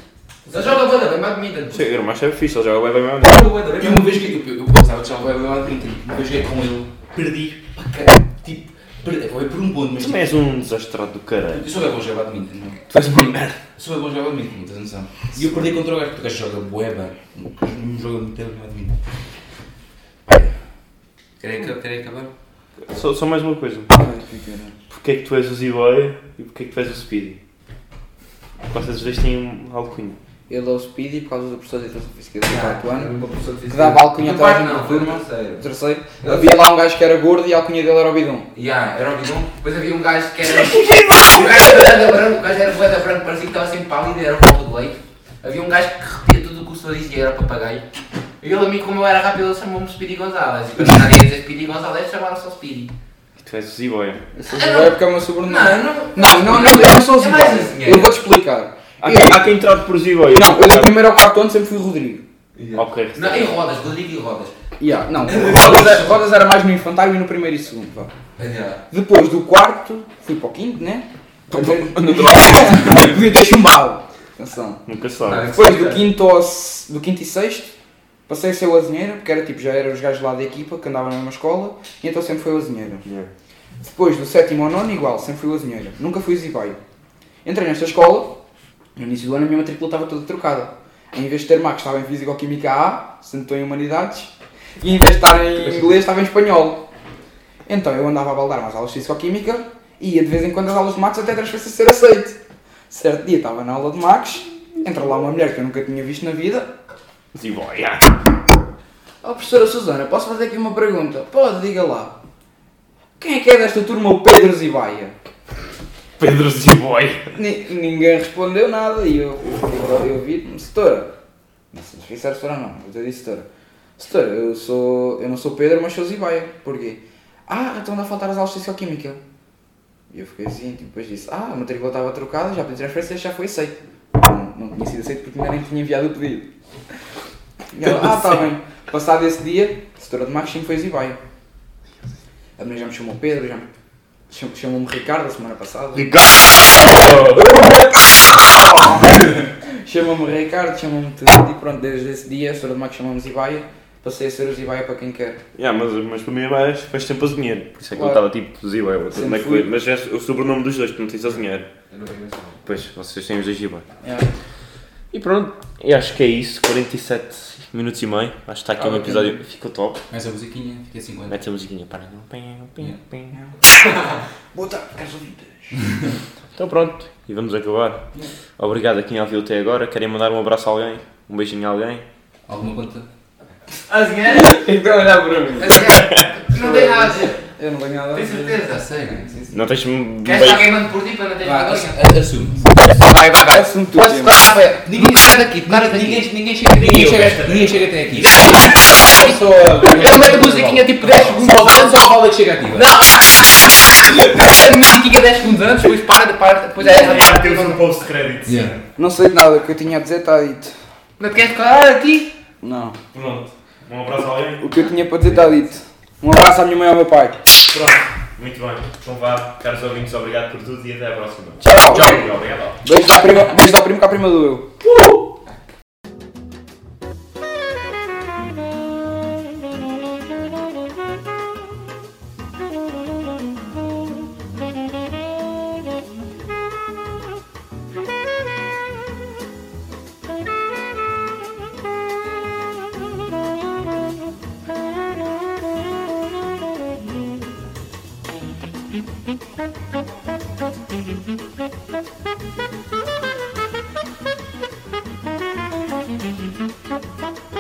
Speaker 4: Só joga bola, bem mais bonita.
Speaker 1: Sei, eu acho que é fixe, ele joga bem, bem, bem. bem.
Speaker 4: Joga bola,
Speaker 2: E
Speaker 4: bem
Speaker 2: uma vez que tipo, eu, eu, eu pensava que já vai levar de pintinho, uma vez que é com ele, perdi para caralho. Tipo, perdi, foi por um ponto, mas
Speaker 1: Tu
Speaker 2: tipo,
Speaker 1: também és um desastrado do caralho.
Speaker 2: eu sou bem bom a jogar badminton, não é?
Speaker 3: Tu és uma merda.
Speaker 2: Sou bem bom a jogar badminton, não tens noção? E eu perdi contra o gajo, porque o gajo joga bué bem, não joga muito tempo badminton. Querem acabar? Querem acabar?
Speaker 1: Só, só mais uma coisa. Porquê é que tu és o Z-Boy e porquê é que tu és o Speedy? Vocês os dois têm um alcunho.
Speaker 3: Ele é o Speedy por causa do professor de educação física
Speaker 4: Ah,
Speaker 3: do quarto
Speaker 4: era
Speaker 3: ano.
Speaker 4: uma pessoa de
Speaker 3: Que dava alcunha a
Speaker 4: No
Speaker 3: toda a
Speaker 4: quarto
Speaker 3: gente
Speaker 4: não,
Speaker 3: da
Speaker 4: foi no
Speaker 3: turma.
Speaker 4: terceiro.
Speaker 3: Terceiro. Havia lá um gajo que era gordo e a alcunha dele era o bidão.
Speaker 4: Ya, ah, era o bidon. Depois havia um gajo que era. o gajo era branco, o gajo era boeda branco, parecia que estava sempre pálido, era um bolo de leite. Havia um gajo que repetia tudo o que o senhor dizia, era papagaio. E ele a mim, como eu era rápido, ele chamou-me Speedy Gonzalez. E quando ninguém ia dizer Speedy Gonzalez, chamaram-se ao Speedy.
Speaker 1: E tu és o Z-Boy.
Speaker 3: Eu sou Ziboia porque é o meu sobrenome.
Speaker 4: não.
Speaker 3: Não, não, não, eu não sou
Speaker 4: É
Speaker 3: Ziboia.
Speaker 4: mais assim, é.
Speaker 3: Eu vou-te explicar.
Speaker 1: Há,
Speaker 3: Eu-
Speaker 1: quem- há quem trate por Z-Boy.
Speaker 3: Não, eu do primeiro ao quarto ano sempre fui Rodrigo.
Speaker 1: Ok.
Speaker 4: Não, em rodas, Rodrigo e rodas.
Speaker 3: Yeah, não, rodas, rodas era mais no infantário e no primeiro e segundo. vá.
Speaker 4: Ya.
Speaker 3: Depois do quarto, fui para o quinto, né? Podia ter chumbado. Atenção.
Speaker 1: Nunca se sabe.
Speaker 3: Depois do quinto, ao, se- do quinto e sexto, passei a ser o azinheiro, porque era tipo, já eram os gajos lá da equipa que andavam na mesma escola, e então sempre foi o azinheiro.
Speaker 1: Yeah.
Speaker 3: Depois do sétimo ao nono, igual, sempre fui o azinheiro. Nunca fui o zibaio. Entrei nesta escola, no início do ano a minha matrícula estava toda trocada. Em vez de ter marcos, estava em Físico-Química A, sendo que estou em Humanidades, e em vez de estar em inglês, estava em espanhol. Então eu andava a baldar umas aulas de Físico-Química e ia de vez em quando às aulas de Max até a transferência ser aceite. Certo dia estava na aula de Max, entra lá uma mulher que eu nunca tinha visto na vida.
Speaker 1: Z-Boy. yeah.
Speaker 3: Ó professora Susana, posso fazer aqui uma pergunta? Pode, diga lá. Quem é que é desta turma o Pedro Zibaia?
Speaker 1: Pedro Z-Boy.
Speaker 3: Ni- ninguém respondeu nada e eu, eu, eu vi, setora. Não sei se disser setora não, vou ter dito setora. Setora, eu, sou, eu não sou Pedro, mas sou Zibaia. Porquê? Ah, então dá a faltar as aulas de Química. E eu fiquei assim, tipo, depois disse, ah, a matrícula estava trocada, já pedi transferência, já foi aceito. Não, não tinha sido aceito porque ainda nem tinha enviado o pedido. E ela, ah, está bem. Passado esse dia, a setora de marketing foi Zibaia. A menina já me chamou Pedro, já me cham- chamou-me Ricardo a semana passada.
Speaker 1: Ricardo!
Speaker 3: Chama-me Ricardo, chama-me tudo e pronto, desde esse dia, a senhora de Max chamamos Ibaia, passei a ser o Ibaia para quem quer.
Speaker 1: Yeah, mas, mas para mim é vais, vais sempre a dinheiro. Por isso é que eu
Speaker 3: Claro.
Speaker 1: estava tipo Z-Boy. eu tô-
Speaker 3: Sempre
Speaker 1: não é que-
Speaker 3: fui.
Speaker 1: Mas é o sobrenome dos dois, tu não tens a dinheiro.
Speaker 4: Eu não vejo mais nada.
Speaker 1: Pois, vocês têm os dois Z-Boy.
Speaker 3: É.
Speaker 1: E pronto, eu acho que é isso. 47 minutos e meio. Acho que está aqui
Speaker 3: Ah,
Speaker 1: um
Speaker 3: ok.
Speaker 1: episódio. Ficou top.
Speaker 2: Mais a musiquinha, fiquei 50.
Speaker 1: Mete a musiquinha, para. Pim, pim, pim.
Speaker 3: Boa tarde, caros ouvintes.
Speaker 1: Então pronto, e vamos acabar. Obrigado a quem ouviu até agora. Querem mandar um abraço a alguém? Um beijinho a alguém?
Speaker 2: Alguma conta?
Speaker 3: Então olhar para mim.
Speaker 4: Mas, é, Não tem nada a dizer.
Speaker 3: Eu não ganho nada. a
Speaker 4: Tenho
Speaker 3: dizer.
Speaker 4: certeza.
Speaker 2: sei, né?
Speaker 1: Não tens um
Speaker 4: Queres que
Speaker 1: beijo?
Speaker 4: alguém mande por ti para não ter
Speaker 2: Vá,
Speaker 4: nada
Speaker 2: ass- assume.
Speaker 3: Vai, vai, vai. Assume tu. Jim.
Speaker 2: Ninguém chega daqui, ninguém, ninguém chega ninguém chega, ninguém chega até aqui.
Speaker 3: Sou a-
Speaker 2: Eu meto a musiquinha tipo 10 segundos antes, só a bola que chega aqui. Não! A musiquinha 10 segundos antes, depois para, para, depois é essa parte.
Speaker 5: Temos um post crédito.
Speaker 3: Não sei de nada, o que eu tinha a dizer está dito.
Speaker 2: Não te queres declarar a ti?
Speaker 3: Não.
Speaker 5: Pronto. Um abraço a alguém?
Speaker 3: O que eu tinha para dizer está dito. Um abraço à minha mãe e ao meu pai.
Speaker 5: Pronto. Muito bem. Então vá, caros ouvintes, obrigado por tudo e até à próxima.
Speaker 3: Tchau.
Speaker 5: Tchau. Obrigado.
Speaker 3: Beijo à prima, beijo à prima que a prima do eu.
Speaker 6: Thank